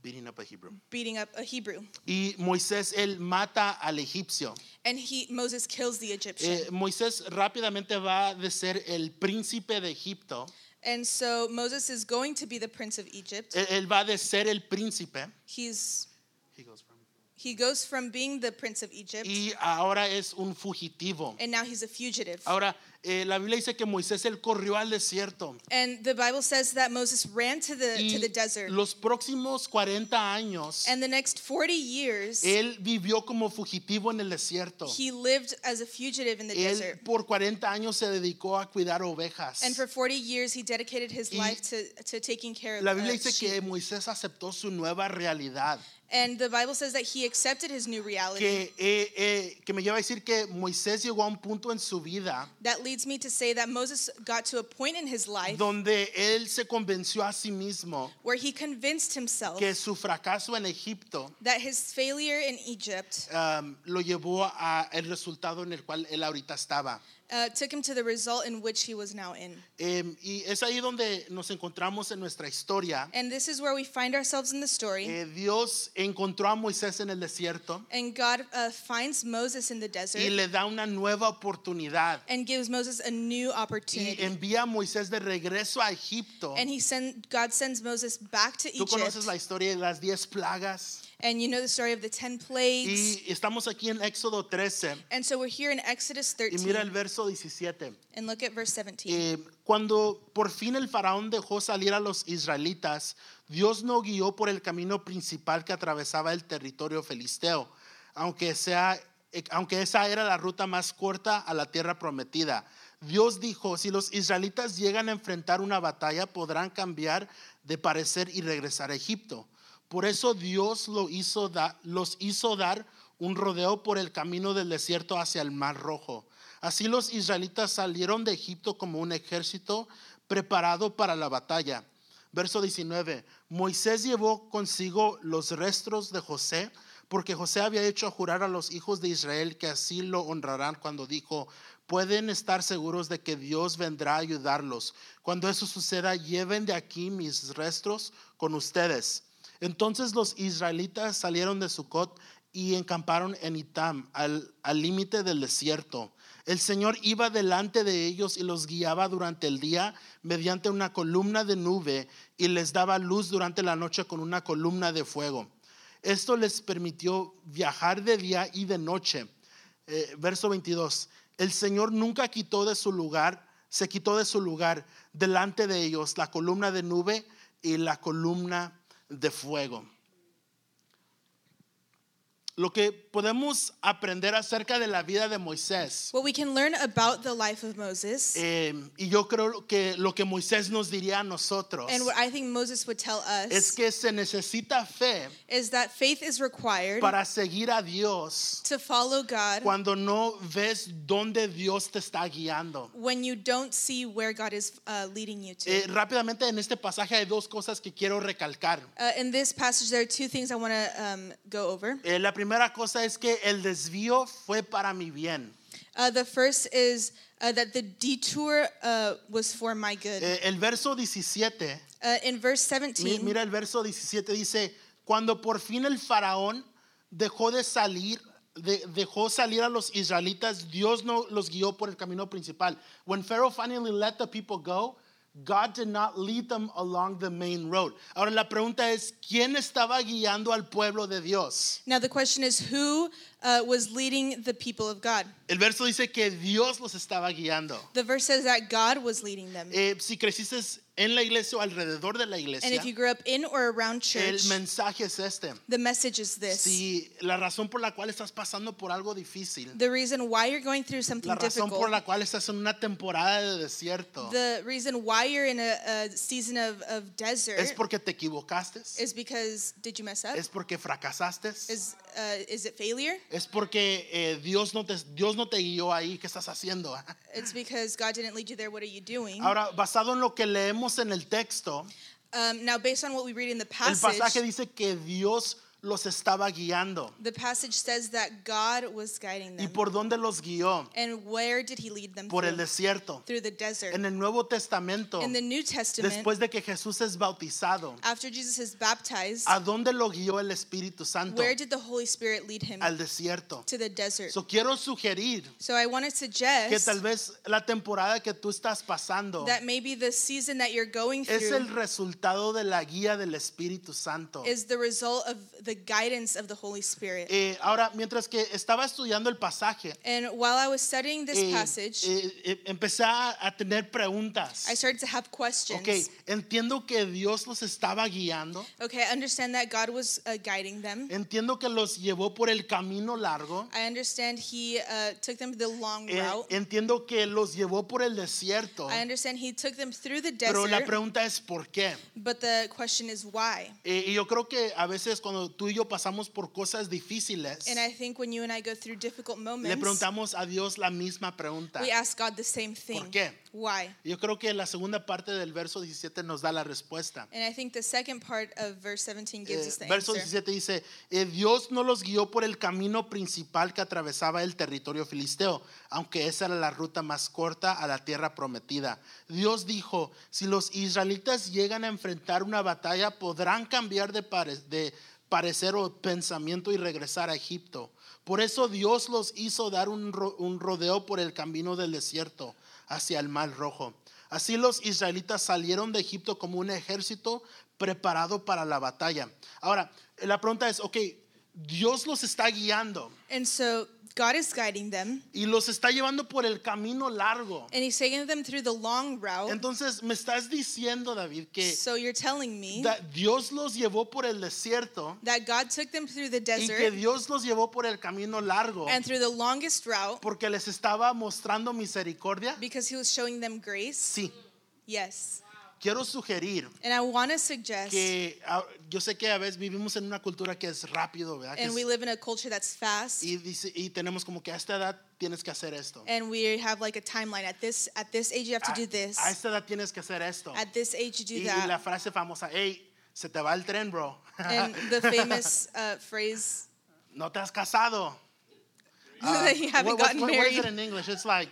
[SPEAKER 1] Beating up a Hebrew.
[SPEAKER 2] beating up a Hebrew,
[SPEAKER 1] Y Moisés, él mata al egipcio.
[SPEAKER 2] and he Moses kills the Egyptian.
[SPEAKER 1] Eh, Moisés rápidamente va de ser el príncipe de Egipto,
[SPEAKER 2] and so Moses is going to be the prince of Egypt.
[SPEAKER 1] Eh, él, él va de ser el príncipe
[SPEAKER 2] He's he goes from being the prince of Egypt,
[SPEAKER 1] y ahora es un fugitivo.
[SPEAKER 2] and now he's a fugitive.
[SPEAKER 1] Ahora, eh, la Biblia dice que Moisés, él corrió al desierto.
[SPEAKER 2] And the Bible says that Moses ran to the
[SPEAKER 1] Y
[SPEAKER 2] to the desert.
[SPEAKER 1] los próximos 40 años,
[SPEAKER 2] And the next 40 years,
[SPEAKER 1] él vivió como fugitivo en el desierto.
[SPEAKER 2] he lived as a fugitive in the
[SPEAKER 1] Él
[SPEAKER 2] desert.
[SPEAKER 1] por 40 años se dedicó a cuidar ovejas.
[SPEAKER 2] And for 40 years, he dedicated his
[SPEAKER 1] Y
[SPEAKER 2] life to, to taking care of
[SPEAKER 1] La Biblia
[SPEAKER 2] uh,
[SPEAKER 1] dice
[SPEAKER 2] sheep.
[SPEAKER 1] que Moisés aceptó su nueva realidad,
[SPEAKER 2] And the Bible says that he accepted his new reality.
[SPEAKER 1] que, eh, eh, que me lleva a decir que Moisés llegó a un punto en su vida
[SPEAKER 2] That leads me to say that Moses got to a point in his life
[SPEAKER 1] donde él se convenció a sí mismo
[SPEAKER 2] where he convinced himself
[SPEAKER 1] que su fracaso en Egipto
[SPEAKER 2] that his failure in Egypt
[SPEAKER 1] um, lo llevó a el resultado en el cual él ahorita estaba.
[SPEAKER 2] uh, took him to the result in which he was now in.
[SPEAKER 1] Em, y es ahí donde nos encontramos en nuestra historia.
[SPEAKER 2] And this is where we find ourselves in the story.
[SPEAKER 1] Eh, Dios encontró a Moisés en el desierto
[SPEAKER 2] And God uh, finds Moses in the
[SPEAKER 1] y
[SPEAKER 2] desert
[SPEAKER 1] le da una nueva oportunidad.
[SPEAKER 2] and gives Moses a new
[SPEAKER 1] y
[SPEAKER 2] opportunity.
[SPEAKER 1] envía a Moisés de regreso a Egipto.
[SPEAKER 2] And he send, God sends Moses back to
[SPEAKER 1] Tú conoces la
[SPEAKER 2] Egypt.
[SPEAKER 1] historia de las 10 plagas
[SPEAKER 2] And you know the story of the 10 plagues.
[SPEAKER 1] y estamos aquí en Éxodo 13
[SPEAKER 2] And so we're here in Exodus
[SPEAKER 1] y mira el
[SPEAKER 2] 13.
[SPEAKER 1] verso 17.
[SPEAKER 2] And look at verse 17.
[SPEAKER 1] Eh, cuando por fin el faraón dejó salir a los israelitas, Dios no guió por el camino principal que atravesaba el territorio filisteo, aunque, sea, eh, aunque esa era la ruta más corta a la tierra prometida. Dios dijo, si los israelitas llegan a enfrentar una batalla, podrán cambiar de parecer y regresar a Egipto. Por eso Dios lo hizo da- los hizo dar un rodeo por el camino del desierto hacia el Mar Rojo. Así los israelitas salieron de Egipto como un ejército preparado para la batalla. Verso 19. Moisés llevó consigo los restos de José, porque José había hecho jurar a los hijos de Israel que así lo honrarán cuando dijo, pueden estar seguros de que Dios vendrá a ayudarlos. Cuando eso suceda, lleven de aquí mis restos con ustedes. Entonces los israelitas salieron de Sucot y encamparon en Itam, al al límite del desierto. El Señor iba delante de ellos y los guiaba durante el día mediante una columna de nube y les daba luz durante la noche con una columna de fuego. Esto les permitió viajar de día y de noche. eh, verso 22, el Señor nunca quitó de su lugar, se quitó de su lugar delante de ellos la columna de nube y la columna de fuego. Lo que podemos aprender acerca de la vida de Moisés,
[SPEAKER 2] What we can learn about the life of Moses,
[SPEAKER 1] eh, y yo creo que lo que Moisés nos diría a nosotros,
[SPEAKER 2] and what I think Moses would tell us,
[SPEAKER 1] es que se necesita fe
[SPEAKER 2] is that faith is required
[SPEAKER 1] para seguir a Dios
[SPEAKER 2] to follow God
[SPEAKER 1] cuando no ves dónde Dios te está guiando.
[SPEAKER 2] when you don't see where God is uh, leading you to.
[SPEAKER 1] Eh, rápidamente en este pasaje hay dos cosas que quiero recalcar.
[SPEAKER 2] Uh, in this passage, there are two things I want to um, go over.
[SPEAKER 1] Eh, la primera cosa es que el desvío fue para mi bien.
[SPEAKER 2] Uh, the first is uh, that the detour uh, was for my good.
[SPEAKER 1] Eh, el verso 17,
[SPEAKER 2] Uh, in verse
[SPEAKER 1] mi-
[SPEAKER 2] 17,
[SPEAKER 1] mira el verso 17 dice, cuando por fin el faraón dejó de salir, de- dejó salir a los israelitas, Dios no los guió por el camino principal. When Pharaoh finally let the people go, God did not lead them along the main road. Ahora la pregunta es, ¿quién estaba guiando al pueblo de Dios?
[SPEAKER 2] now the question is who uh, was leading the people of God?
[SPEAKER 1] El verso dice que Dios los estaba guiando.
[SPEAKER 2] The verse says that God was leading them.
[SPEAKER 1] Eh, si creciste en la iglesia o alrededor de la
[SPEAKER 2] and
[SPEAKER 1] iglesia,
[SPEAKER 2] if you grew up in or around
[SPEAKER 1] el
[SPEAKER 2] church,
[SPEAKER 1] mensaje es este.
[SPEAKER 2] the message is this.
[SPEAKER 1] Si la razón por la cual estás pasando por algo difícil,
[SPEAKER 2] The reason why you're going through something
[SPEAKER 1] la razón por
[SPEAKER 2] difficult,
[SPEAKER 1] la cual estás en una temporada de desierto,
[SPEAKER 2] the reason why you're in a, a season of, of desert
[SPEAKER 1] es porque te equivocaste,
[SPEAKER 2] is because did you mess up?
[SPEAKER 1] es porque fracasaste,
[SPEAKER 2] Is, uh, is it failure?
[SPEAKER 1] es porque eh, Dios, no te, Dios no te guió ahí, ¿qué estás haciendo?
[SPEAKER 2] It's because God didn't lead you there. What are you doing?
[SPEAKER 1] Ahora, basado en lo que leemos en el texto,
[SPEAKER 2] Um, now, based on what we read in the
[SPEAKER 1] el pasaje
[SPEAKER 2] passage,
[SPEAKER 1] dice que Dios los estaba guiando.
[SPEAKER 2] the passage says that God was guiding
[SPEAKER 1] ¿Y
[SPEAKER 2] them.
[SPEAKER 1] por dónde los guió?
[SPEAKER 2] And where did He lead them
[SPEAKER 1] Por el
[SPEAKER 2] through?
[SPEAKER 1] desierto.
[SPEAKER 2] Through the desert.
[SPEAKER 1] En el Nuevo Testamento,
[SPEAKER 2] in the New Testament,
[SPEAKER 1] después de que Jesús es bautizado,
[SPEAKER 2] after Jesus is baptized,
[SPEAKER 1] ¿a dónde lo guió el Espíritu Santo?
[SPEAKER 2] where did the Holy Spirit lead him?
[SPEAKER 1] Al desierto.
[SPEAKER 2] to the desert.
[SPEAKER 1] So, quiero sugerir
[SPEAKER 2] so I want to
[SPEAKER 1] que
[SPEAKER 2] suggest
[SPEAKER 1] tal vez la temporada que tú estás pasando
[SPEAKER 2] that maybe the season that you're going
[SPEAKER 1] es
[SPEAKER 2] through
[SPEAKER 1] el resultado de la guía del Espíritu Santo.
[SPEAKER 2] is the result of the guidance of the Holy Spirit.
[SPEAKER 1] Eh, ahora, mientras que estaba estudiando el pasaje,
[SPEAKER 2] and while I was studying this
[SPEAKER 1] eh,
[SPEAKER 2] passage,
[SPEAKER 1] eh, eh, empecé a a tener preguntas.
[SPEAKER 2] I started to have questions.
[SPEAKER 1] Ok, entiendo que Dios los estaba guiando.
[SPEAKER 2] Okay, I understand that God was uh, guiding them.
[SPEAKER 1] Entiendo que los llevó por el camino largo.
[SPEAKER 2] I understand He uh, took them the long
[SPEAKER 1] Eh,
[SPEAKER 2] route.
[SPEAKER 1] entiendo que los llevó por el desierto.
[SPEAKER 2] I understand He took them through the
[SPEAKER 1] Pero la
[SPEAKER 2] desert.
[SPEAKER 1] pregunta es ¿por qué?
[SPEAKER 2] but the question is why?
[SPEAKER 1] Eh, y yo creo que a veces cuando tú y yo pasamos por cosas difíciles,
[SPEAKER 2] And I think when you and I go through difficult
[SPEAKER 1] le
[SPEAKER 2] moments,
[SPEAKER 1] preguntamos a Dios la misma pregunta.
[SPEAKER 2] we ask God the same thing.
[SPEAKER 1] qué?
[SPEAKER 2] Why?
[SPEAKER 1] Yo creo que la segunda parte del verso 17 nos da la respuesta.
[SPEAKER 2] And I think the second part of verse 17 gives
[SPEAKER 1] Eh,
[SPEAKER 2] us the
[SPEAKER 1] verso
[SPEAKER 2] answer.
[SPEAKER 1] 17 dice, eh, Dios no los guió por el camino principal que atravesaba el territorio filisteo, aunque esa era la ruta más corta a la tierra prometida. Dios dijo, si los israelitas llegan a enfrentar una batalla, podrán cambiar de, pare- de parecer o pensamiento y regresar a Egipto. Por eso Dios los hizo dar un, ro- un rodeo por el camino del desierto hacia el mar rojo. Así los israelitas salieron de Egipto como un ejército preparado para la batalla. Ahora, la pregunta es, ok, Dios los está guiando
[SPEAKER 2] And so God is guiding them,
[SPEAKER 1] y los está llevando por el camino largo.
[SPEAKER 2] and He's taking them through the long route.
[SPEAKER 1] Entonces, me estás diciendo, David, que
[SPEAKER 2] so you're telling me
[SPEAKER 1] da- Dios los llevó por el desierto
[SPEAKER 2] that God took them through the
[SPEAKER 1] y que
[SPEAKER 2] desert
[SPEAKER 1] Dios los llevó por el camino largo
[SPEAKER 2] and through the longest route
[SPEAKER 1] porque les estaba mostrando misericordia.
[SPEAKER 2] because He was showing them grace?
[SPEAKER 1] Sí,
[SPEAKER 2] Yes.
[SPEAKER 1] quiero sugerir
[SPEAKER 2] And I want to suggest,
[SPEAKER 1] que ah, yo sé que a veces vivimos en una cultura que es rápido, ¿verdad? Que
[SPEAKER 2] and
[SPEAKER 1] es-
[SPEAKER 2] we live in a culture that's fast,
[SPEAKER 1] y, dice- y tenemos como que a esta edad tienes que hacer esto.
[SPEAKER 2] and we have like a timeline. At this, at this age, you have to
[SPEAKER 1] A,
[SPEAKER 2] do this.
[SPEAKER 1] a esta edad tienes que hacer esto.
[SPEAKER 2] At this age, you do
[SPEAKER 1] Y, y
[SPEAKER 2] that.
[SPEAKER 1] la frase famosa, hey, se te va el tren, bro.
[SPEAKER 2] and the famous uh, phrase
[SPEAKER 1] no te has casado.
[SPEAKER 2] that you haven't
[SPEAKER 1] Ah, What- what-
[SPEAKER 2] gotten
[SPEAKER 1] what- what is
[SPEAKER 2] married.
[SPEAKER 1] it in English? It's like,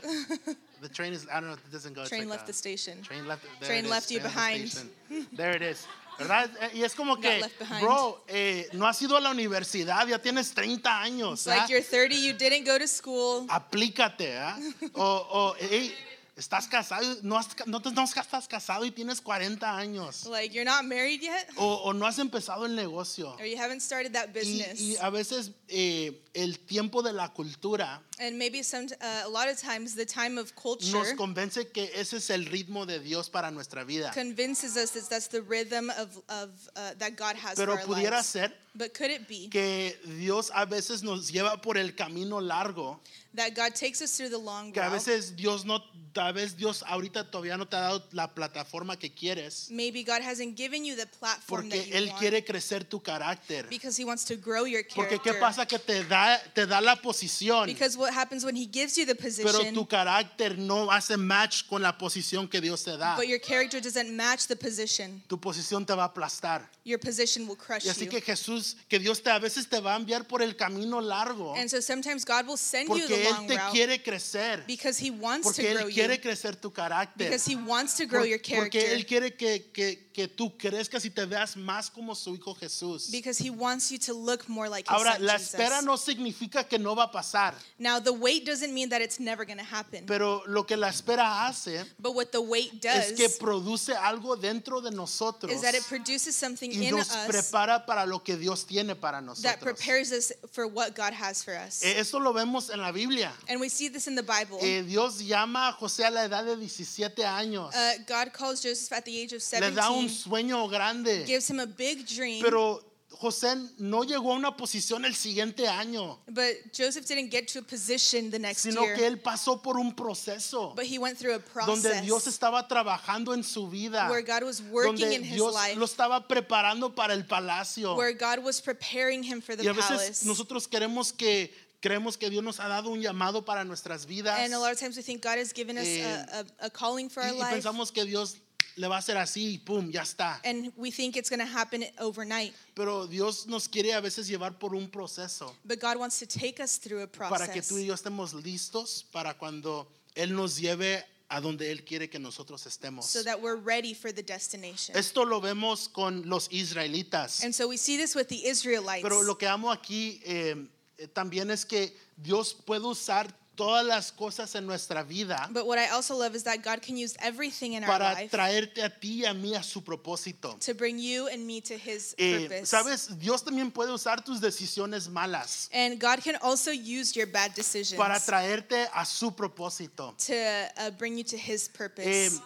[SPEAKER 1] the train is, I don't know, it doesn't go. it's
[SPEAKER 2] Train
[SPEAKER 1] like
[SPEAKER 2] left
[SPEAKER 1] a-
[SPEAKER 2] the station.
[SPEAKER 1] Train left, there
[SPEAKER 2] Train
[SPEAKER 1] it is,
[SPEAKER 2] left you
[SPEAKER 1] the
[SPEAKER 2] behind.
[SPEAKER 1] station. There it is. ¿Verdad? Eh, Y es como que,
[SPEAKER 2] left behind.
[SPEAKER 1] bro, eh, no has ido a la universidad, ya tienes 30 años.
[SPEAKER 2] It's
[SPEAKER 1] ¿ah?
[SPEAKER 2] like you're 30, you didn't go to school.
[SPEAKER 1] aplícate, ¿ah? O, o, hey, Estás casado, no, has- no, te- no estás casado y tienes 40 años.
[SPEAKER 2] Like you're not married yet,
[SPEAKER 1] O, o no has empezado el negocio.
[SPEAKER 2] or you haven't started that
[SPEAKER 1] Y,
[SPEAKER 2] business.
[SPEAKER 1] y a veces eh, el tiempo de la cultura
[SPEAKER 2] And maybe some, uh, a lot of times, the time of
[SPEAKER 1] nos
[SPEAKER 2] culture
[SPEAKER 1] convence que ese es el ritmo de Dios para nuestra vida.
[SPEAKER 2] convinces us that that's the rhythm of, of uh, that God has
[SPEAKER 1] Pero
[SPEAKER 2] for our
[SPEAKER 1] pudiera
[SPEAKER 2] lives.
[SPEAKER 1] ser
[SPEAKER 2] But could it be
[SPEAKER 1] que Dios a veces nos lleva por el camino largo,
[SPEAKER 2] that God takes us through the long
[SPEAKER 1] que a
[SPEAKER 2] route?
[SPEAKER 1] veces Dios no, tal vez Dios ahorita todavía no te ha dado la plataforma que quieres,
[SPEAKER 2] Maybe God hasn't given you the platform that
[SPEAKER 1] porque
[SPEAKER 2] you
[SPEAKER 1] Él
[SPEAKER 2] want
[SPEAKER 1] quiere crecer tu carácter.
[SPEAKER 2] because He wants to grow your
[SPEAKER 1] Porque
[SPEAKER 2] character.
[SPEAKER 1] qué pasa que te da, te da la posición,
[SPEAKER 2] because what happens when He gives you the
[SPEAKER 1] pero
[SPEAKER 2] position,
[SPEAKER 1] tu carácter no hace match con la posición que Dios te da.
[SPEAKER 2] but your character doesn't match the position,
[SPEAKER 1] Tu posición te va a aplastar.
[SPEAKER 2] your position will crush
[SPEAKER 1] Y así
[SPEAKER 2] you.
[SPEAKER 1] que Jesús, que Dios te a veces te va a enviar por el camino largo,
[SPEAKER 2] and so sometimes God will send you
[SPEAKER 1] porque
[SPEAKER 2] the
[SPEAKER 1] Él
[SPEAKER 2] long
[SPEAKER 1] te
[SPEAKER 2] route
[SPEAKER 1] quiere crecer,
[SPEAKER 2] because He wants
[SPEAKER 1] porque
[SPEAKER 2] to grow
[SPEAKER 1] Él quiere
[SPEAKER 2] you,
[SPEAKER 1] crecer tu carácter.
[SPEAKER 2] because He wants to grow
[SPEAKER 1] Por-
[SPEAKER 2] your character.
[SPEAKER 1] Porque Él quiere que, que- que tú crezcas y te veas más como su Hijo Jesús.
[SPEAKER 2] Because he wants you to look more like his
[SPEAKER 1] Ahora,
[SPEAKER 2] son,
[SPEAKER 1] la
[SPEAKER 2] Jesus.
[SPEAKER 1] espera no significa que no va a pasar,
[SPEAKER 2] Now, the wait doesn't mean that it's never going to happen.
[SPEAKER 1] pero lo que la espera hace
[SPEAKER 2] but what the wait does
[SPEAKER 1] es que produce algo dentro de nosotros
[SPEAKER 2] is that it produces something
[SPEAKER 1] y
[SPEAKER 2] in
[SPEAKER 1] nos
[SPEAKER 2] us
[SPEAKER 1] prepara para lo que Dios tiene para
[SPEAKER 2] that
[SPEAKER 1] nosotros.
[SPEAKER 2] prepares us for what God has for us.
[SPEAKER 1] Eh, Esto lo vemos en la Biblia.
[SPEAKER 2] and we see this in the Bible.
[SPEAKER 1] Eh, Dios llama a José a la edad de 17 años,
[SPEAKER 2] Uh, God calls Joseph at the age of
[SPEAKER 1] le
[SPEAKER 2] 17,
[SPEAKER 1] da un sueño grande,
[SPEAKER 2] gives him a big dream.
[SPEAKER 1] pero José no llegó a una posición el siguiente año.
[SPEAKER 2] but Joseph didn't get to a position the next
[SPEAKER 1] sino
[SPEAKER 2] year.
[SPEAKER 1] que él pasó por un proceso
[SPEAKER 2] but he went through a
[SPEAKER 1] donde
[SPEAKER 2] process
[SPEAKER 1] Dios estaba trabajando en su vida,
[SPEAKER 2] where God was working
[SPEAKER 1] Ah, donde
[SPEAKER 2] in his
[SPEAKER 1] Dios
[SPEAKER 2] life,
[SPEAKER 1] lo estaba preparando para el palacio.
[SPEAKER 2] where God was preparing him for the
[SPEAKER 1] Y a
[SPEAKER 2] palace.
[SPEAKER 1] veces nosotros queremos que creemos que Dios nos ha dado un llamado para nuestras vidas
[SPEAKER 2] And a lot of times we think God has given us
[SPEAKER 1] Eh,
[SPEAKER 2] a, a, a calling for
[SPEAKER 1] y,
[SPEAKER 2] our
[SPEAKER 1] y
[SPEAKER 2] life,
[SPEAKER 1] pensamos que Dios le va a hacer así y pum, ya está.
[SPEAKER 2] and we think it's going to happen overnight.
[SPEAKER 1] Pero Dios nos quiere a veces llevar por un proceso
[SPEAKER 2] But God wants to take us through a
[SPEAKER 1] para que tú y
[SPEAKER 2] process
[SPEAKER 1] yo estemos listos para cuando él nos lleve a donde él quiere que nosotros estemos.
[SPEAKER 2] so that we're ready for the destination.
[SPEAKER 1] Esto lo vemos con los israelitas.
[SPEAKER 2] And so we see this with the Israelites.
[SPEAKER 1] Pero lo que amo aquí eh, eh, también es que Dios puede usar todas las cosas en nuestra vida
[SPEAKER 2] But what I also love is that God can use everything in our
[SPEAKER 1] para
[SPEAKER 2] life
[SPEAKER 1] traerte a ti y a mí a su propósito.
[SPEAKER 2] to bring you and me to His
[SPEAKER 1] Eh,
[SPEAKER 2] purpose.
[SPEAKER 1] Sabes, Dios también puede usar tus decisiones malas
[SPEAKER 2] And God can also use your bad decisions
[SPEAKER 1] para traerte a su propósito.
[SPEAKER 2] to uh, bring you to His
[SPEAKER 1] Eh,
[SPEAKER 2] purpose.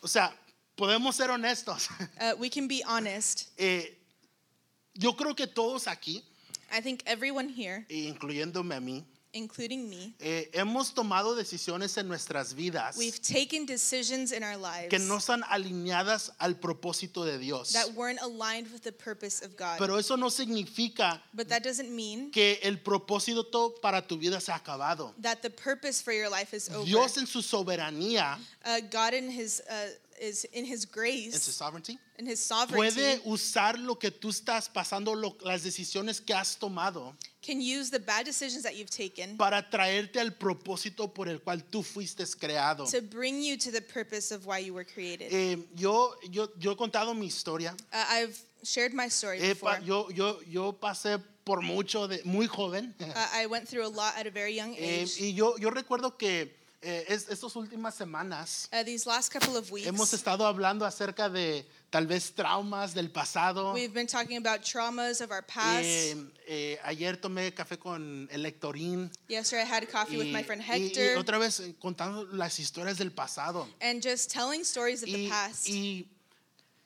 [SPEAKER 1] o sea, podemos ser honestos.
[SPEAKER 2] uh, we can be honest.
[SPEAKER 1] Eh, yo creo que todos aquí,
[SPEAKER 2] I think everyone here,
[SPEAKER 1] e incluyéndome a mí,
[SPEAKER 2] including me,
[SPEAKER 1] eh, hemos tomado decisiones en nuestras vidas.
[SPEAKER 2] We've taken decisions in our lives
[SPEAKER 1] que no están alineadas al propósito de Dios.
[SPEAKER 2] that weren't aligned with the purpose of God.
[SPEAKER 1] Pero eso no significa
[SPEAKER 2] but that doesn't mean
[SPEAKER 1] que el propósito para tu vida se ha acabado.
[SPEAKER 2] that the purpose for your life is over.
[SPEAKER 1] Dios en su soberanía,
[SPEAKER 2] uh, God in His uh, is in His
[SPEAKER 1] en su
[SPEAKER 2] grace,
[SPEAKER 1] sovereignty,
[SPEAKER 2] in His sovereignty,
[SPEAKER 1] puede usar lo que tú estás pasando, lo- las decisiones que has tomado,
[SPEAKER 2] can use the bad decisions that you've taken
[SPEAKER 1] para traerte al propósito por el cual tú fuiste creado.
[SPEAKER 2] to bring you to the purpose of why you were created.
[SPEAKER 1] Eh, yo, yo, yo he contado mi historia.
[SPEAKER 2] uh, I've shared my story
[SPEAKER 1] Eh,
[SPEAKER 2] before.
[SPEAKER 1] pa- yo, yo, yo pasé por mucho, de, muy joven.
[SPEAKER 2] uh, I went through a lot at a very young
[SPEAKER 1] Eh,
[SPEAKER 2] age.
[SPEAKER 1] y yo, yo recuerdo que eh, es- estas últimas semanas
[SPEAKER 2] uh, these last couple of weeks,
[SPEAKER 1] hemos estado hablando acerca de tal vez traumas del pasado.
[SPEAKER 2] we've been talking about traumas of our past.
[SPEAKER 1] Eh, eh, ayer tomé café con el Lectorín
[SPEAKER 2] Yesterday, I had coffee with my friend
[SPEAKER 1] y- y
[SPEAKER 2] Hector,
[SPEAKER 1] otra vez eh, contando las historias del pasado.
[SPEAKER 2] and just telling stories of the
[SPEAKER 1] Y,
[SPEAKER 2] past.
[SPEAKER 1] y